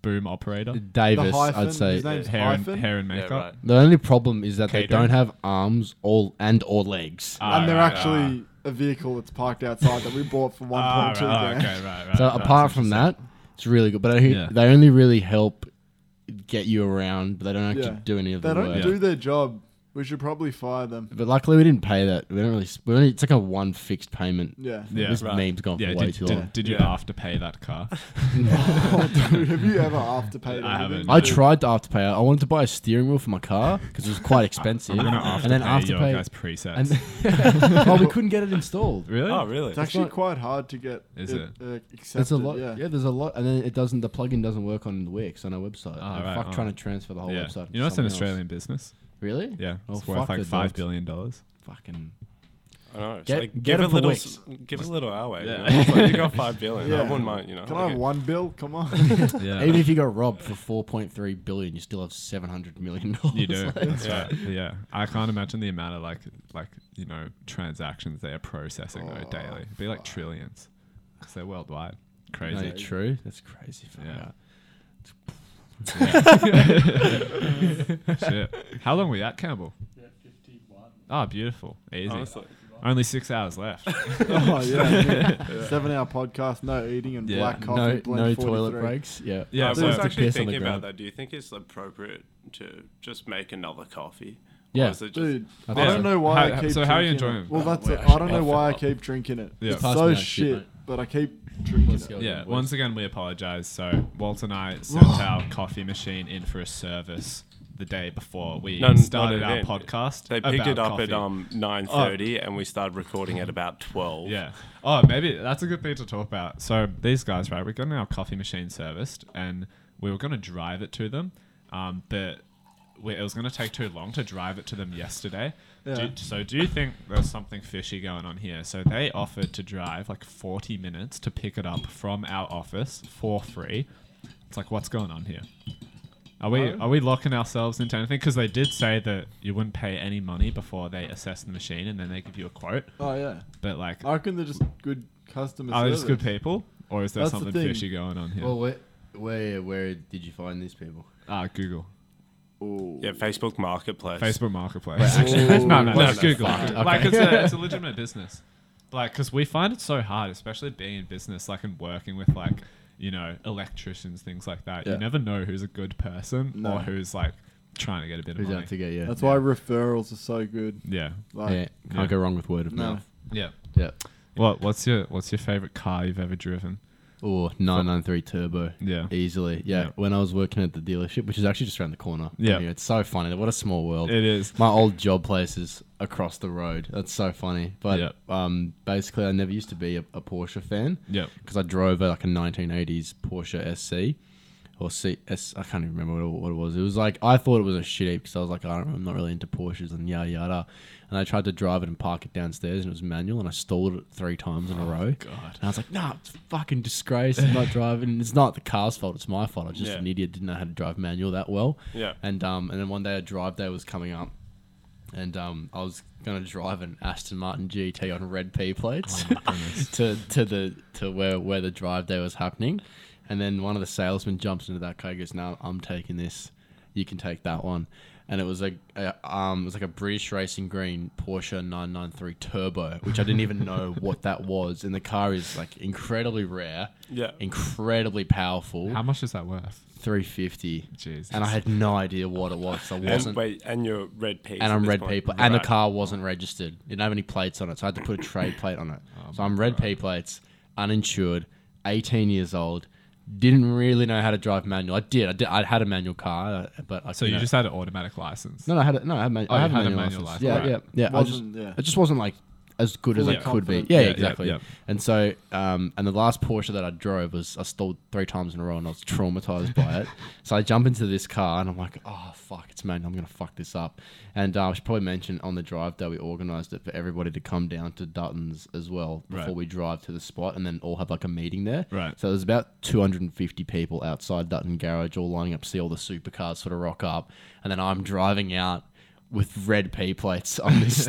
Speaker 1: Boom operator?
Speaker 4: the
Speaker 3: Davis,
Speaker 4: hyphen.
Speaker 3: I'd say
Speaker 4: His name's
Speaker 1: Hair and,
Speaker 4: hyphen.
Speaker 1: hair and
Speaker 2: Yeah,
Speaker 1: makeup?
Speaker 2: right.
Speaker 3: the only problem is that they
Speaker 1: Catering.
Speaker 3: don't have arms all and or legs.
Speaker 1: Ah,
Speaker 4: and they're
Speaker 1: right,
Speaker 4: actually a vehicle that's parked outside that we bought for 1.2
Speaker 1: ah, ah, right,
Speaker 4: grand.
Speaker 1: okay, right, right.
Speaker 3: so
Speaker 1: That's
Speaker 3: apart from
Speaker 1: interesting.
Speaker 3: that, It's really good, but I, think
Speaker 1: Yeah.
Speaker 3: they only really help get you around, but they don't actually
Speaker 4: Yeah.
Speaker 3: do any of
Speaker 4: They
Speaker 3: the
Speaker 4: don't
Speaker 3: work.
Speaker 4: do their job. We should probably fire them.
Speaker 3: But luckily, we didn't pay that. We don't really. s- We only, it's like a one fixed payment.
Speaker 4: Yeah.
Speaker 1: Yeah.
Speaker 3: this
Speaker 2: Right.
Speaker 3: meme's gone
Speaker 1: Yeah,
Speaker 3: for way
Speaker 1: did,
Speaker 3: too long.
Speaker 1: did, did you
Speaker 2: Yeah.
Speaker 1: have to pay that car?
Speaker 4: oh, dude, have you ever afterpaid?
Speaker 1: I haven't.
Speaker 4: anything?
Speaker 3: I
Speaker 1: dude.
Speaker 3: tried to afterpay. I wanted to buy a steering wheel for my car because it was quite expensive.
Speaker 1: I'm gonna
Speaker 3: and then
Speaker 1: afterpay your
Speaker 3: afterpay,
Speaker 1: guys' presets.
Speaker 3: and well, we couldn't get it installed.
Speaker 1: really?
Speaker 2: Oh, really?
Speaker 4: It's actually quite hard to get.
Speaker 1: Is it?
Speaker 4: Uh, accepted.
Speaker 3: There's a lot. Yeah.
Speaker 4: Yeah.
Speaker 3: there's a lot, and then it doesn't. The plugin doesn't work on the Wix on our website.
Speaker 1: Ah,
Speaker 3: And
Speaker 1: right,
Speaker 3: fuck,
Speaker 1: alright.
Speaker 3: trying to transfer the whole
Speaker 1: yeah.
Speaker 3: website.
Speaker 1: You know, it's
Speaker 3: to
Speaker 1: an
Speaker 3: someone Oh, else.
Speaker 1: Australian business.
Speaker 3: Really?
Speaker 1: Yeah,
Speaker 3: Oh,
Speaker 1: it's worth
Speaker 3: fuck
Speaker 1: like
Speaker 3: the
Speaker 1: five
Speaker 3: dogs.
Speaker 1: billion dollars.
Speaker 3: Fucking.
Speaker 2: I know. It's
Speaker 3: Get-
Speaker 2: like,
Speaker 3: get
Speaker 2: give a
Speaker 3: them for
Speaker 2: little,
Speaker 3: Wix.
Speaker 2: s- give a little our way.
Speaker 1: Yeah.
Speaker 2: You, know? It's like, you got five billion.
Speaker 4: Yeah.
Speaker 2: I wouldn't mind.
Speaker 1: Oh,
Speaker 2: You know.
Speaker 4: Can I
Speaker 2: like
Speaker 4: have
Speaker 2: a-
Speaker 4: one bill? Come on.
Speaker 1: Yeah,
Speaker 3: Even if you got robbed for four point three billion, you still have seven hundred million dollars.
Speaker 1: you do. That's
Speaker 2: Yeah.
Speaker 1: right. Yeah, I can't imagine the amount of like, like you know, transactions they are processing
Speaker 2: Oh,
Speaker 1: though daily. It'd be like trillions, because they're worldwide.
Speaker 3: Is
Speaker 1: Crazy.
Speaker 3: it true? That's crazy. fuck
Speaker 1: Yeah.
Speaker 3: that.
Speaker 1: Shit. How long were you at Campbell? Ah, beautiful. Easy.
Speaker 2: Honestly.
Speaker 1: Only six hours left.
Speaker 4: oh yeah. Seven hour podcast, no eating and
Speaker 1: Yeah.
Speaker 4: black
Speaker 3: No,
Speaker 4: coffee.
Speaker 3: no
Speaker 4: blend
Speaker 3: toilet
Speaker 4: 43.
Speaker 3: breaks. Yeah.
Speaker 1: Yeah,
Speaker 2: I was
Speaker 1: so-
Speaker 2: actually
Speaker 3: Piss on the
Speaker 2: thinking about
Speaker 3: ground.
Speaker 2: that. Do you think it's appropriate to just make another coffee?
Speaker 3: Yeah.
Speaker 2: Or is it just,
Speaker 4: Dude,
Speaker 3: I
Speaker 4: I,
Speaker 3: think
Speaker 4: don't
Speaker 3: so.
Speaker 4: know why
Speaker 1: How-
Speaker 4: I keep.
Speaker 1: so how are you
Speaker 4: drinking
Speaker 1: enjoying
Speaker 4: It.
Speaker 1: it?
Speaker 4: Well, that's
Speaker 2: We're
Speaker 4: it. I
Speaker 2: actually
Speaker 4: don't know
Speaker 2: effed
Speaker 4: why I
Speaker 2: up.
Speaker 4: keep drinking it.
Speaker 1: Yeah.
Speaker 4: It's
Speaker 3: Pass
Speaker 4: so
Speaker 3: me that shit,
Speaker 4: shit,
Speaker 3: mate.
Speaker 4: but I keep drinking
Speaker 3: Let's
Speaker 4: it.
Speaker 3: go.
Speaker 1: Yeah,
Speaker 3: boys.
Speaker 1: once again, we apologize. So, Walt and I sent our coffee machine in for a service the day before we
Speaker 2: No, n-
Speaker 1: started
Speaker 2: not
Speaker 1: our
Speaker 2: an end.
Speaker 1: podcast.
Speaker 2: They picked
Speaker 1: about
Speaker 2: it up at
Speaker 1: coffee.
Speaker 2: um
Speaker 3: Oh.
Speaker 2: 9:30, and we started recording at about 12.
Speaker 1: Yeah. Oh, maybe that's a good thing to talk about. So, these guys, right, we got our coffee machine serviced and we were going to drive it to them, um, but we, it was going to take too long to drive it to them yesterday.
Speaker 4: Yeah.
Speaker 1: Do, so, do you think there's something fishy going on here? So, they offered to drive like 40 minutes to pick it up from our office for free. It's like, what's going on here? Are we are we locking ourselves into anything? Because they did say that you wouldn't pay any money before they assess the machine and then they give you a quote.
Speaker 4: Oh yeah.
Speaker 1: But like,
Speaker 4: I reckon they're just good customer
Speaker 1: are they
Speaker 4: service.
Speaker 1: Oh, just good people, or is there
Speaker 4: That's the
Speaker 1: something
Speaker 4: thing.
Speaker 1: fishy going on here?
Speaker 3: Well, where, where where did you find these people?
Speaker 1: ah, Google,
Speaker 4: Ooh.
Speaker 2: Yeah, Facebook Marketplace.
Speaker 1: Facebook Marketplace.
Speaker 4: actually,
Speaker 1: no, no, no,
Speaker 4: what
Speaker 1: it's
Speaker 2: the
Speaker 1: Google.
Speaker 3: fuck?
Speaker 1: Like, it's
Speaker 3: Okay.
Speaker 1: a, it's a legitimate business. Like, because we find it so hard, especially being in business, like, and working with like, you know, electricians, things like that.
Speaker 4: Yeah.
Speaker 1: You never know who's a good person
Speaker 4: No.
Speaker 1: or who's like trying to get a bit
Speaker 3: Who's
Speaker 1: of
Speaker 3: out
Speaker 1: money.
Speaker 3: to get you?
Speaker 4: That's why referrals are so good.
Speaker 1: Yeah,
Speaker 4: Like,
Speaker 3: yeah, can't
Speaker 1: Yeah.
Speaker 3: go wrong with word of
Speaker 4: No.
Speaker 3: mouth.
Speaker 1: yeah.
Speaker 3: Yeah.
Speaker 1: What what's your what's your favorite car you've ever driven?
Speaker 3: Or 993 turbo.
Speaker 1: Yeah.
Speaker 3: Easily. Yeah.
Speaker 1: Yeah.
Speaker 3: When I was working at the dealership, which is actually just around the corner. from
Speaker 1: Yeah.
Speaker 3: here, It's so funny. What a small world.
Speaker 1: It is.
Speaker 3: My old job place is across the road. That's so funny. But
Speaker 1: Yeah.
Speaker 3: um, basically, I never used to be a, a Porsche fan.
Speaker 1: Yeah.
Speaker 3: Because I drove a, like a 1980s Porsche SC. Or C S I can't even remember what it, what it was. It was like I thought it was a shit heap because I was like, I don't, I'm not really into Porsches and yada yada. And I tried to drive it and park it downstairs, and it was manual, and I stalled it three times
Speaker 2: Oh,
Speaker 3: in a row.
Speaker 1: God.
Speaker 3: And I was like, nah, it's a fucking disgrace. I'm not driving. And it's not the car's fault. It's my fault. I was just
Speaker 2: Yeah.
Speaker 3: an idiot. Didn't know how to drive manual that well.
Speaker 2: Yeah.
Speaker 3: And um, and then one day a drive day was coming up, and um, I was gonna drive an Aston Martin GT on red P plates to to the to where where the drive day was happening, and then one of the salesmen jumps into that car. and Goes, no, I'm taking this. You can take that one. And it was like a, um, it was like a British Racing Green Porsche 993 Turbo, which I didn't even know what that was. And the car is like incredibly rare,
Speaker 2: Yeah.
Speaker 3: incredibly powerful,
Speaker 1: How much is that worth?
Speaker 3: 350.
Speaker 1: Jesus.
Speaker 3: And I had no idea what it was. So I
Speaker 2: And
Speaker 3: wasn't
Speaker 2: wait, and your red piece. at
Speaker 3: and I'm
Speaker 2: this
Speaker 3: red
Speaker 2: point.
Speaker 3: people, and the
Speaker 2: Right.
Speaker 3: car wasn't registered. It didn't have any plates on it, so I had to put a trade plate on it.
Speaker 2: Oh
Speaker 3: so I'm red P plates, uninsured, 18 years old. Didn't really know how to drive manual. I did. I did. I had a manual car, uh, but I,
Speaker 1: So you just had an automatic license.
Speaker 3: no, no, I had a, no, I had, ma- I
Speaker 1: you had
Speaker 3: had,
Speaker 1: a
Speaker 3: a manual,
Speaker 1: manual
Speaker 3: license.
Speaker 1: license,
Speaker 3: Yeah,
Speaker 1: right.
Speaker 3: yeah, yeah. I just,
Speaker 4: Wasn't- yeah.
Speaker 3: it just wasn't like as good as
Speaker 4: Fully
Speaker 3: I could be.
Speaker 4: confident.
Speaker 3: Yeah,
Speaker 1: Yeah,
Speaker 3: exactly.
Speaker 1: yeah, yeah.
Speaker 3: And so, um, and the last Porsche that I drove was I stalled three times in a row, and I was traumatized by it. So I jump into this car, and I'm like, oh fuck, it's manual. I'm gonna fuck this up. And uh, I should probably mention on the drive day we organised it for everybody to come down to Dutton's as well before
Speaker 1: Right.
Speaker 3: we drive to the spot, and then all have like a meeting there.
Speaker 1: Right.
Speaker 3: So there's about 250 people outside Dutton Garage, all lining up to see all the supercars sort of rock up, and then I'm driving out with red P plates on this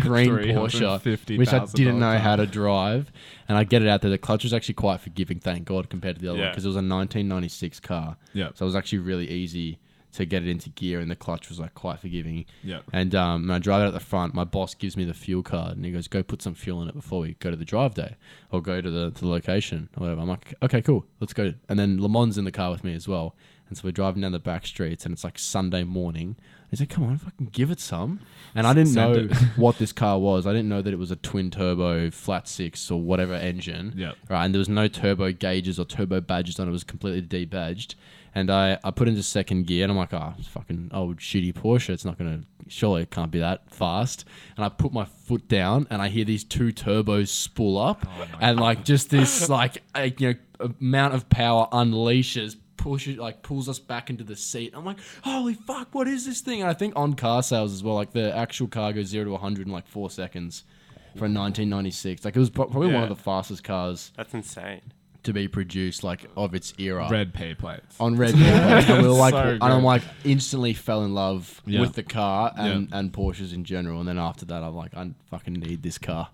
Speaker 3: green Porsche, which I didn't know
Speaker 1: $350,000
Speaker 3: how to drive. And I get it out there. The clutch was actually quite forgiving, thank God, compared to the other one
Speaker 2: Yeah.
Speaker 3: because it was a 1996 car.
Speaker 1: Yeah.
Speaker 3: So it was actually really easy to get it into gear, and the clutch was like quite forgiving.
Speaker 1: Yeah.
Speaker 3: And um, when I drive it at the front. My boss gives me the fuel card, and he goes, "Go put some fuel in it before we go to the drive day, or go to the, to the location, or whatever." I'm like, "Okay, cool, let's go." And then Lamont's in the car with me as well, and so we're driving down the back streets, and it's like Sunday morning. He's like, "Come on, fucking give it some." And I didn't
Speaker 1: Send
Speaker 3: know what this car was. I didn't know that it was a twin turbo flat six or whatever engine.
Speaker 1: Yeah.
Speaker 3: Right. And there was no turbo gauges or turbo badges on it. It was completely debadged. And I, I put into second gear and I'm like, oh, it's fucking old shitty Porsche. It's not going to, surely it can't be that fast. And I put my foot down and I hear these two turbos spool up. and like just this like, uh, you know, amount of power unleashes pushes like pulls us back into the seat. I'm like, holy fuck, what is this thing? And I think on car sales as well, like the actual car goes zero to 100 in like four seconds from 1996. Like it was pro- probably one
Speaker 1: Yeah.
Speaker 3: of the fastest cars
Speaker 2: That's insane.
Speaker 3: to be produced like of its era.
Speaker 1: Red pay plates.
Speaker 3: On red, Bull. and we were like,
Speaker 1: So
Speaker 3: and I'm
Speaker 1: good.
Speaker 3: like, instantly fell in love
Speaker 1: Yeah.
Speaker 3: with the car and, and Porsches in general. And then after that, I'm like, I fucking need this car.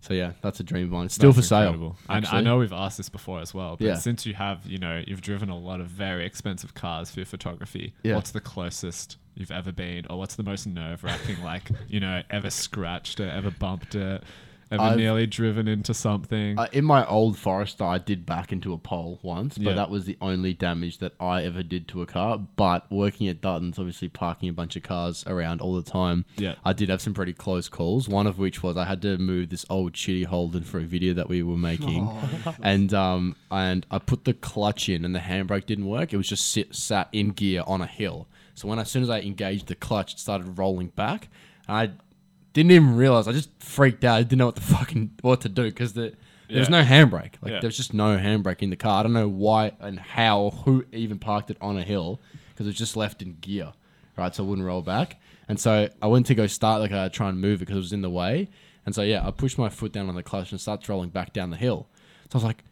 Speaker 3: So yeah, that's a dream of mine. It's Still
Speaker 1: That's
Speaker 3: for sale.
Speaker 1: incredible. And I
Speaker 3: actually.
Speaker 1: know we've asked this before as well, but
Speaker 3: Yeah.
Speaker 1: since you have, you know, you've driven a lot of very expensive cars for your photography,
Speaker 3: Yeah.
Speaker 1: what's the closest you've ever been, or what's the most nerve wracking, like, you know, ever scratched it, ever bumped it, ever
Speaker 3: I've-
Speaker 1: nearly driven into something?
Speaker 3: Uh, in my old Forester, I did back into a pole once, but
Speaker 1: Yeah.
Speaker 3: that was the only damage that I ever did to a car. But working at Dutton's, obviously parking a bunch of cars around all the time,
Speaker 1: Yeah.
Speaker 3: I did have some pretty close calls. One of which was I had to move this old shitty Holden for a video that we were making, and um and I put the clutch in and the handbrake didn't work. It was just sit, sat in gear on a hill. So when as soon as I engaged the clutch, it started rolling back. And I didn't even realize. I just freaked out. I didn't know what the fucking what to do because the there was
Speaker 1: Yeah.
Speaker 3: no handbrake. Like
Speaker 1: Yeah.
Speaker 3: there's just no handbrake in the car. I don't know why and how or who even parked it on a hill because it was just left in gear, right? So it wouldn't roll back. And so I went to go start like I try and move it because it was in the way. And so yeah, I pushed my foot down on the clutch and it starts rolling back down the hill. So I was like,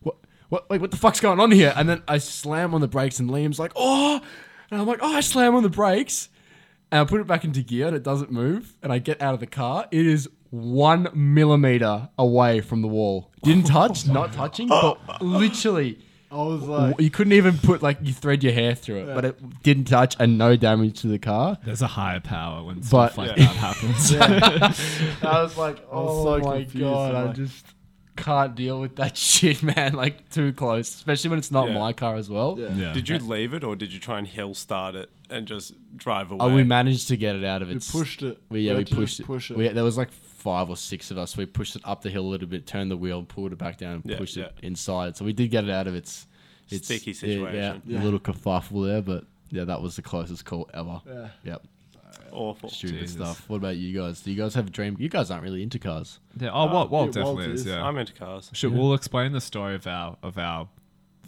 Speaker 3: what, what, wait, what the fuck's going on here? And then I slam on the brakes, and Liam's like, oh, and I'm like, oh, I slam on the brakes, and I put it back into gear, and it doesn't move, and I get out of the car. It is one millimeter away from the wall. Didn't touch, not touching, but literally.
Speaker 4: I was like,
Speaker 3: You couldn't even put like you thread your hair through it, but it didn't touch and no damage to the car.
Speaker 1: There's a higher power when stuff
Speaker 3: But-
Speaker 1: like that happens.
Speaker 3: I was like, oh
Speaker 4: so
Speaker 3: my
Speaker 4: confused,
Speaker 3: god,
Speaker 4: I'm
Speaker 3: I
Speaker 4: like-
Speaker 3: just can't deal with that shit, man. Like too close, especially when it's not
Speaker 2: Yeah.
Speaker 3: my car as well.
Speaker 4: yeah.
Speaker 1: Yeah.
Speaker 2: Did you leave it or did you try and hill start it and just drive away?
Speaker 3: Oh, we managed to get it out of
Speaker 4: We
Speaker 3: its.
Speaker 4: pushed it.
Speaker 3: We, yeah,
Speaker 4: had
Speaker 3: we
Speaker 4: to just
Speaker 3: pushed it.
Speaker 4: Push it.
Speaker 3: We, there was like five or six of us. We pushed it up the hill a little bit, turned the wheel, pulled it back down, and
Speaker 2: Yeah,
Speaker 3: pushed it
Speaker 2: yeah.
Speaker 3: inside. So we did get it out of its. its
Speaker 2: Sticky
Speaker 3: yeah, Yeah,
Speaker 2: situation.
Speaker 4: Yeah.
Speaker 3: a little kerfuffle there, but yeah, that was the closest call ever.
Speaker 4: Yeah.
Speaker 3: Yep,
Speaker 2: Awful.
Speaker 3: stupid
Speaker 1: Jesus.
Speaker 3: stuff. What about you guys? Do you guys have a dream? You guys aren't really into cars.
Speaker 1: Yeah, oh, Walt,
Speaker 4: yeah,
Speaker 1: Walt definitely
Speaker 4: Walt
Speaker 1: is,
Speaker 4: is.
Speaker 1: yeah.
Speaker 2: I'm into cars.
Speaker 1: Should, We'll explain the story of our, of our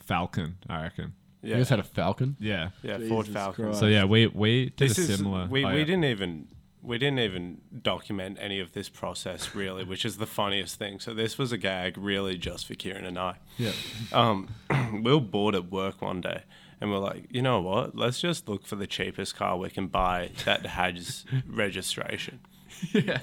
Speaker 1: Falcon, I reckon.
Speaker 2: Yeah.
Speaker 3: You guys had a Falcon.
Speaker 1: Yeah.
Speaker 2: yeah, Ford
Speaker 4: Jesus
Speaker 2: Falcon.
Speaker 4: Christ.
Speaker 1: So yeah, we we did
Speaker 2: This
Speaker 1: a
Speaker 2: is
Speaker 1: similar.
Speaker 2: we,
Speaker 1: oh,
Speaker 2: we
Speaker 1: yeah.
Speaker 2: didn't even we didn't even document any of this process really, which is the funniest thing. So this was a gag really just for Kieran and I.
Speaker 4: yeah.
Speaker 2: um, we were bored at work one day and we're like, you know what? Let's just look for the cheapest car we can buy that has registration.
Speaker 3: yeah.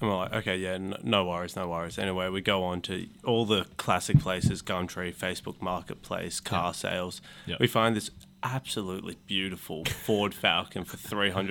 Speaker 2: And we're like, okay, yeah, n- no worries, no worries. Anyway, we go on to all the classic places Gumtree, Facebook Marketplace, car sales.
Speaker 1: Yeah.
Speaker 2: We find this absolutely beautiful Ford Falcon for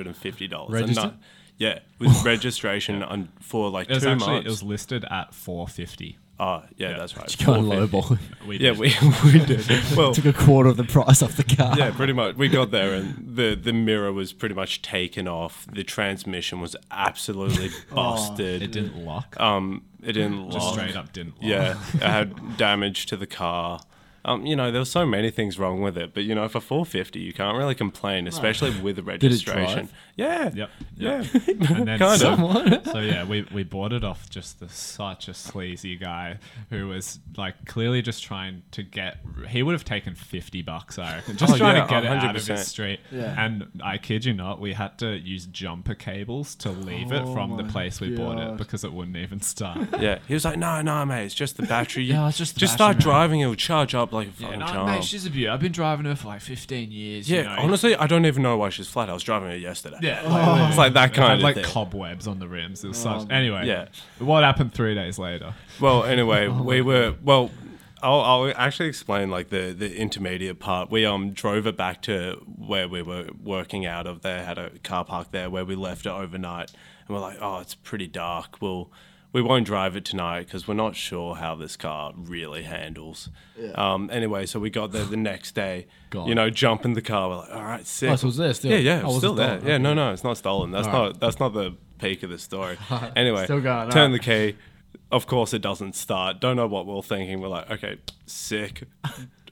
Speaker 2: $350.
Speaker 3: Registered?
Speaker 2: And no- yeah, with registration on, for like
Speaker 1: It was
Speaker 2: two
Speaker 1: actually
Speaker 2: months.
Speaker 1: it was listed at 450.
Speaker 2: oh, yeah, that's right.
Speaker 3: You go on
Speaker 2: 450.
Speaker 3: lowball.
Speaker 1: We
Speaker 2: Yeah,
Speaker 1: did.
Speaker 2: we, we did. Well,
Speaker 3: Took a quarter of the price off the car.
Speaker 2: yeah, pretty much. We got there and the, the mirror was pretty much taken off. The transmission was absolutely busted.
Speaker 1: Oh, it didn't lock.
Speaker 2: Um, it didn't
Speaker 1: Just
Speaker 2: lock.
Speaker 1: straight up didn't lock.
Speaker 2: Yeah, it had damage to the car. Um, you know, there were so many things wrong with it, but you know, for 450, you can't really complain, especially with
Speaker 3: it
Speaker 2: registration.
Speaker 3: drive?
Speaker 2: Yeah.
Speaker 1: Yep.
Speaker 2: Yeah.
Speaker 1: And then
Speaker 2: Kind
Speaker 1: so,
Speaker 2: of.
Speaker 1: so yeah, we, we bought it off just the, such a sleazy guy who was like clearly just trying to get. He would have taken fifty bucks, I reckon, just
Speaker 2: Oh,
Speaker 1: trying
Speaker 2: yeah,
Speaker 1: to get it out of
Speaker 2: 100%.
Speaker 1: his street.
Speaker 4: Yeah.
Speaker 1: And I kid you not, we had to use jumper cables to leave it
Speaker 4: Oh
Speaker 1: from the
Speaker 4: my
Speaker 1: place we bought it
Speaker 4: God.
Speaker 1: because it wouldn't even start.
Speaker 2: Yeah. He was like, no, no, mate, it's just the battery.
Speaker 3: Yeah, it's just the
Speaker 2: just
Speaker 3: battery,
Speaker 2: start
Speaker 3: mate."
Speaker 2: driving, it'll charge up like a fucking
Speaker 1: And
Speaker 2: charm.
Speaker 1: I, mate, she's a beauty. I've been driving her for like 15 years.
Speaker 2: yeah,
Speaker 1: you know.
Speaker 2: honestly, I don't even know why she's flat. I was driving her yesterday.
Speaker 1: Yeah,
Speaker 2: Oh. It's like that
Speaker 1: It had,
Speaker 2: kind of
Speaker 1: like
Speaker 2: thing.
Speaker 1: cobwebs on the rims. It was such. Anyway,
Speaker 2: yeah.
Speaker 1: What happened three days later?
Speaker 3: Oh,
Speaker 2: Well, anyway, we were well. I'll, I'll actually explain like the, the intermediate part. We um drove it back to where we were working out of. There had a car park there where we left it overnight, and we're like, oh, it's pretty dark. Well, we won't drive it tonight because we're not sure how this car really handles. Um. Anyway, so we got there the next day.
Speaker 3: God.
Speaker 2: You know, jump in the car. We're like, all right, sick.
Speaker 3: Oh, so it's there still.
Speaker 2: Yeah, yeah, it's
Speaker 3: Oh, was
Speaker 2: still
Speaker 3: it
Speaker 2: there.
Speaker 3: gone?
Speaker 2: Yeah,
Speaker 3: Okay.
Speaker 2: no, no, it's not stolen. That's
Speaker 3: All
Speaker 2: not
Speaker 3: right.
Speaker 2: that's not the peak of the story. anyway,
Speaker 3: Still going,
Speaker 2: turn
Speaker 3: all
Speaker 2: the key. Of course, it doesn't start. Don't know what we're thinking. We're like, okay, sick.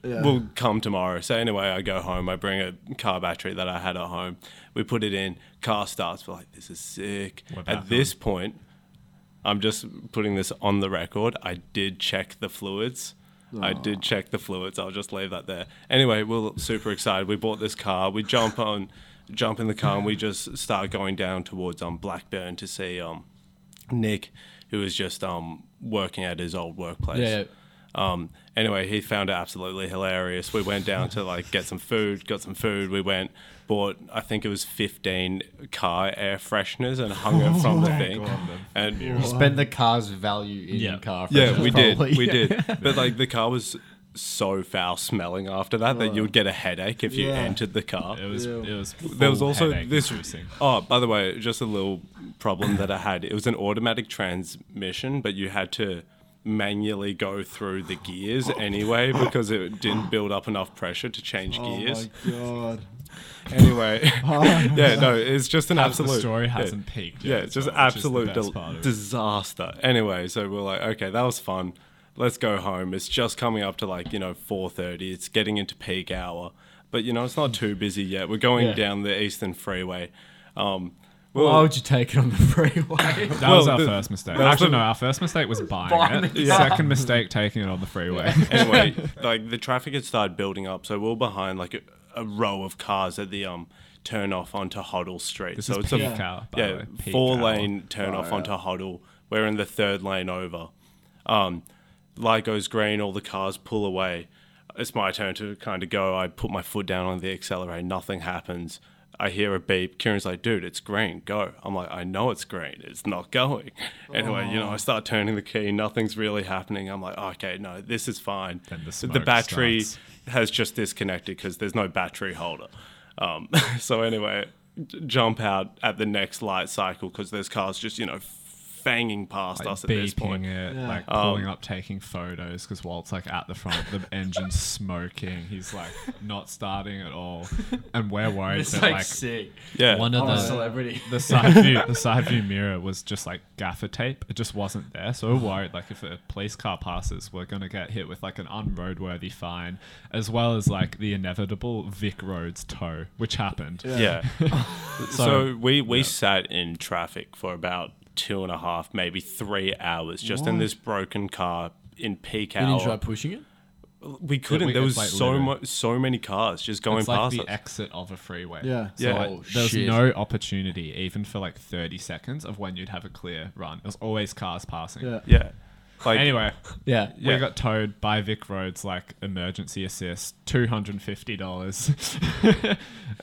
Speaker 4: Yeah.
Speaker 2: We'll come tomorrow. So anyway, I go home. I bring a car battery that I had at home. We put it in. Car starts. We're like, this is sick.
Speaker 1: back
Speaker 2: At this point, I'm just putting this on the record. I did check the fluids. I did check the fluids. I'll just leave that there. Anyway, we're super excited. We bought this car. We jump on, jump in the car, and we just start going down towards um Blackburn to see um Nick, who was just um working at his old workplace.
Speaker 3: Yeah, yeah.
Speaker 2: Um, anyway, he found it absolutely hilarious. We went down to like get some food, got some food. We went, bought I think it was fifteen car air fresheners and hung it from
Speaker 3: Oh
Speaker 2: the thing. and
Speaker 3: Spend the car's value in
Speaker 1: Yeah.
Speaker 3: car.
Speaker 2: yeah,
Speaker 3: fresheners,
Speaker 2: we did,
Speaker 3: probably.
Speaker 2: we did. But like the car was so foul smelling after that that you would get a headache if you
Speaker 4: Yeah.
Speaker 2: entered the car.
Speaker 1: It was.
Speaker 4: Ew.
Speaker 1: It was.
Speaker 2: There was
Speaker 1: full
Speaker 2: also
Speaker 1: headache
Speaker 2: this.
Speaker 1: inducing.
Speaker 2: Oh, by the way, just a little problem that I had. It was an automatic transmission, but you had to manually go through the gears anyway because it didn't build up enough pressure to change
Speaker 4: Oh
Speaker 2: gears.
Speaker 4: my god.
Speaker 2: Anyway, yeah, no, it's just an
Speaker 1: Absolute.
Speaker 2: absolute
Speaker 1: The story
Speaker 2: yeah.
Speaker 1: hasn't peaked. Yet
Speaker 2: Yeah, it's just absolute del- disaster. Anyway, so we're like, okay, that was fun. Let's go home. It's just coming up to like you know four thirty. It's getting into peak hour, but you know it's not too busy yet. We're going
Speaker 3: Yeah.
Speaker 2: down the Eastern Freeway. Um,
Speaker 3: Why would you take it on the freeway?
Speaker 1: that was
Speaker 2: Well,
Speaker 1: our
Speaker 2: the-
Speaker 1: first mistake.
Speaker 2: that was
Speaker 1: Actually,
Speaker 2: the-
Speaker 1: no, our first mistake was buying,
Speaker 3: Buying
Speaker 1: it.
Speaker 3: the
Speaker 1: Second mistake, taking it on the freeway.
Speaker 2: anyway, like the traffic had started building up, so we we're behind like a, a row of cars at the um turn off onto Hoddle Street.
Speaker 1: This
Speaker 2: so
Speaker 1: is
Speaker 2: it's
Speaker 1: peak
Speaker 2: a
Speaker 1: hour, by the
Speaker 2: yeah
Speaker 1: way, peak
Speaker 2: four
Speaker 1: hour.
Speaker 2: lane turn off onto Hoddle. We're in the third lane over. Um, light goes green, all the cars pull away. It's my turn to kind of go. I put my foot down on the accelerator. Nothing happens. I hear a beep. Kieran's like, dude, it's green. Go. I'm like, I know it's green. It's not going. Anyway, you know, I start turning the key. Nothing's really happening. I'm like, okay, no, this is fine.
Speaker 1: Then the
Speaker 2: the
Speaker 1: smoke
Speaker 2: battery
Speaker 1: starts.
Speaker 2: has just disconnected because there's no battery holder. Um, so anyway, j- jump out at the next light cycle because there's cars just you know fanging past us at this
Speaker 1: beeping
Speaker 2: point. Um,
Speaker 1: it, like pulling up, taking photos because Walt's like at the front, the engine's smoking. He's like not starting at all, and we're worried
Speaker 3: It's
Speaker 1: that
Speaker 3: like,
Speaker 1: like
Speaker 3: sick.
Speaker 2: Yeah,
Speaker 5: One of
Speaker 3: I'm a
Speaker 5: the
Speaker 3: celebrity.
Speaker 1: the side view, the side view mirror was just like gaffer tape. It just wasn't there. So we're worried like if a police car passes, we're gonna get hit with like an unroadworthy fine, as well as like the inevitable Vic Roads tow, which happened.
Speaker 2: yeah. so,
Speaker 1: So-
Speaker 2: we we sat in traffic for about two and a half, maybe three hours, just in this broken car in peak
Speaker 3: You
Speaker 2: hour.
Speaker 3: didn't try pushing it?
Speaker 2: we couldn't.
Speaker 1: we-
Speaker 2: there was
Speaker 1: it's like
Speaker 2: so
Speaker 1: literally-
Speaker 2: much, so many cars just going
Speaker 1: It's like
Speaker 2: past
Speaker 1: the
Speaker 2: us.
Speaker 1: exit of a freeway.
Speaker 4: Yeah.
Speaker 1: So
Speaker 2: Yeah.
Speaker 1: like,
Speaker 3: Oh,
Speaker 1: there was
Speaker 3: shit.
Speaker 1: no opportunity, even for like 30 seconds, of when you'd have a clear run. It was always cars passing.
Speaker 4: Yeah.
Speaker 2: yeah, like
Speaker 1: Anyway,
Speaker 3: Yeah.
Speaker 1: we
Speaker 2: Yeah.
Speaker 1: got towed by Vic Roads, like emergency assist, two hundred and fifty dollars.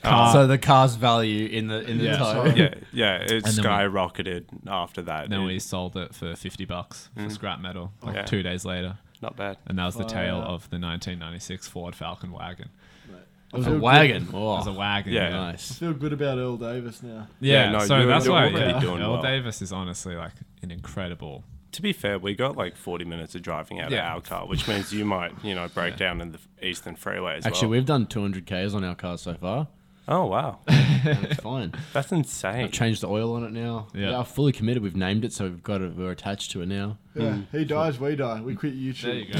Speaker 3: so the car's value in the in the
Speaker 1: Yeah.
Speaker 3: tow.
Speaker 4: Sorry.
Speaker 2: yeah, yeah. It
Speaker 1: then we-
Speaker 2: skyrocketed after that.
Speaker 1: then
Speaker 2: It-
Speaker 1: we sold it for fifty bucks
Speaker 2: Mm.
Speaker 1: for scrap metal, like
Speaker 2: Yeah.
Speaker 1: two days later,
Speaker 2: not bad.
Speaker 1: and that was the tale
Speaker 4: Fire.
Speaker 1: of the nineteen ninety six Ford Falcon wagon.
Speaker 3: It was
Speaker 4: I feel
Speaker 3: a
Speaker 4: good-
Speaker 3: wagon.
Speaker 1: It was a
Speaker 3: Oh,
Speaker 1: wagon.
Speaker 2: Yeah.
Speaker 1: yeah.
Speaker 4: I
Speaker 3: nice.
Speaker 4: feel good about Earl Davis now.
Speaker 1: Yeah,
Speaker 2: Yeah, no,
Speaker 1: so
Speaker 2: you're-
Speaker 1: that's
Speaker 2: you're
Speaker 1: why
Speaker 2: already
Speaker 1: yeah,
Speaker 2: doing
Speaker 1: Earl
Speaker 2: well.
Speaker 1: Davis is honestly like an incredible.
Speaker 2: To be fair, we got like 40 minutes of driving out
Speaker 1: Yeah.
Speaker 2: of our car, which means you might, you know, break down in the Eastern Freeway as
Speaker 3: Actually,
Speaker 2: well.
Speaker 3: we've done 200 Ks on our car so far.
Speaker 2: Oh, wow.
Speaker 3: and it's fine.
Speaker 2: That's insane.
Speaker 3: I've changed the oil on it now.
Speaker 1: Yeah.
Speaker 3: Yeah. I'm fully committed. We've named it, so we've got it. We're attached to it now.
Speaker 4: Yeah. He dies, we die. We quit YouTube.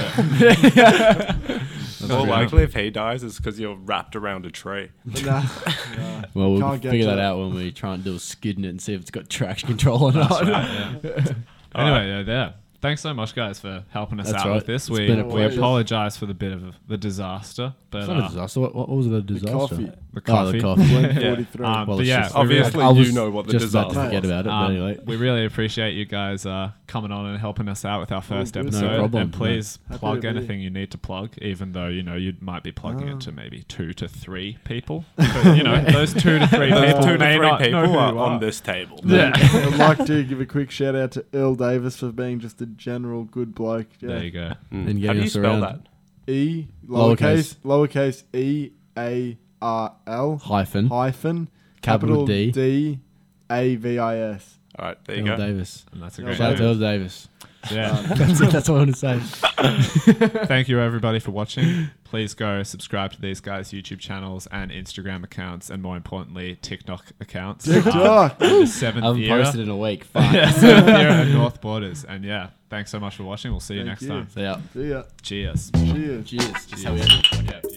Speaker 1: go.
Speaker 2: More
Speaker 1: pretty
Speaker 2: likely, if he dies, it's because you're wrapped around a tree.
Speaker 4: But nah, nah.
Speaker 3: Well, we'll
Speaker 4: Can't get
Speaker 3: figure
Speaker 4: to
Speaker 3: that
Speaker 4: it.
Speaker 3: out when we try and do a skid in it and see if it's got traction control or not.
Speaker 1: Anyway, yeah, there. Thanks so much, guys, for helping us
Speaker 3: That's
Speaker 1: out
Speaker 3: right.
Speaker 1: with this.
Speaker 3: It's
Speaker 1: We
Speaker 3: been a
Speaker 1: we
Speaker 4: pleasure.
Speaker 1: apologize for the bit of the disaster, but
Speaker 3: It's not a
Speaker 1: uh,
Speaker 3: disaster. What, what was the disaster?
Speaker 4: coffee.
Speaker 1: the
Speaker 3: Oh,
Speaker 1: coffee.
Speaker 3: the coffee.
Speaker 4: Blame
Speaker 2: Yeah.
Speaker 4: 43.
Speaker 1: Um,
Speaker 3: Well,
Speaker 1: but
Speaker 3: it's
Speaker 1: yeah,
Speaker 3: just-
Speaker 1: we really-
Speaker 2: Obviously,
Speaker 3: I was
Speaker 2: you know what the
Speaker 3: just about
Speaker 2: disaster
Speaker 3: to forget
Speaker 4: was.
Speaker 3: about it. but
Speaker 1: um,
Speaker 3: anyway,
Speaker 1: we really appreciate you guys uh, coming on and helping us out with our first
Speaker 4: good. No
Speaker 1: episode.
Speaker 3: problem,
Speaker 1: and
Speaker 3: no.
Speaker 1: please
Speaker 4: Happy
Speaker 1: plug
Speaker 4: to be-
Speaker 1: anything you need to plug, even though you know you might be plugging it to maybe two to three people. But, you know, those two to three
Speaker 2: Those
Speaker 1: people
Speaker 2: two to
Speaker 1: may
Speaker 2: three
Speaker 1: not know
Speaker 2: people
Speaker 1: who
Speaker 2: are
Speaker 1: you
Speaker 2: on
Speaker 1: are.
Speaker 2: this table.
Speaker 1: Yeah.
Speaker 4: I'd like to give a quick shout out to Earl Davis for being just a good general, good bloke.
Speaker 1: There
Speaker 4: Yeah.
Speaker 1: you go.
Speaker 2: Mm.
Speaker 3: And
Speaker 2: How do
Speaker 3: getting
Speaker 2: you
Speaker 3: us
Speaker 2: spell
Speaker 3: around.
Speaker 2: that?
Speaker 4: E
Speaker 3: Lowercase.
Speaker 4: lowercase lowercase E A R L
Speaker 3: Hyphen.
Speaker 4: hyphen
Speaker 3: Capital D.
Speaker 4: D A V I S.
Speaker 2: All right, there you
Speaker 3: Earl
Speaker 2: go.
Speaker 3: Davis.
Speaker 1: And that's a
Speaker 4: Yeah,
Speaker 1: great
Speaker 3: Shout out to
Speaker 1: name.
Speaker 3: Earl Davis.
Speaker 1: Yeah.
Speaker 3: That's it. That's all I want to say.
Speaker 1: Thank you, everybody, for watching. Please go subscribe to these guys' YouTube channels and Instagram accounts, and more importantly, TikTok accounts.
Speaker 4: TikTok.
Speaker 1: Um, in the
Speaker 3: I
Speaker 1: seventh
Speaker 3: haven't
Speaker 1: year.
Speaker 3: posted in a week. Fuck.
Speaker 1: Yeah, seventh year at North Borders. And yeah, thanks so much for watching. We'll see you next
Speaker 4: Thank you.
Speaker 1: time.
Speaker 3: So, yeah.
Speaker 4: See ya.
Speaker 1: Cheers.
Speaker 4: Cheers.
Speaker 3: Cheers.
Speaker 1: Cheers. Yeah.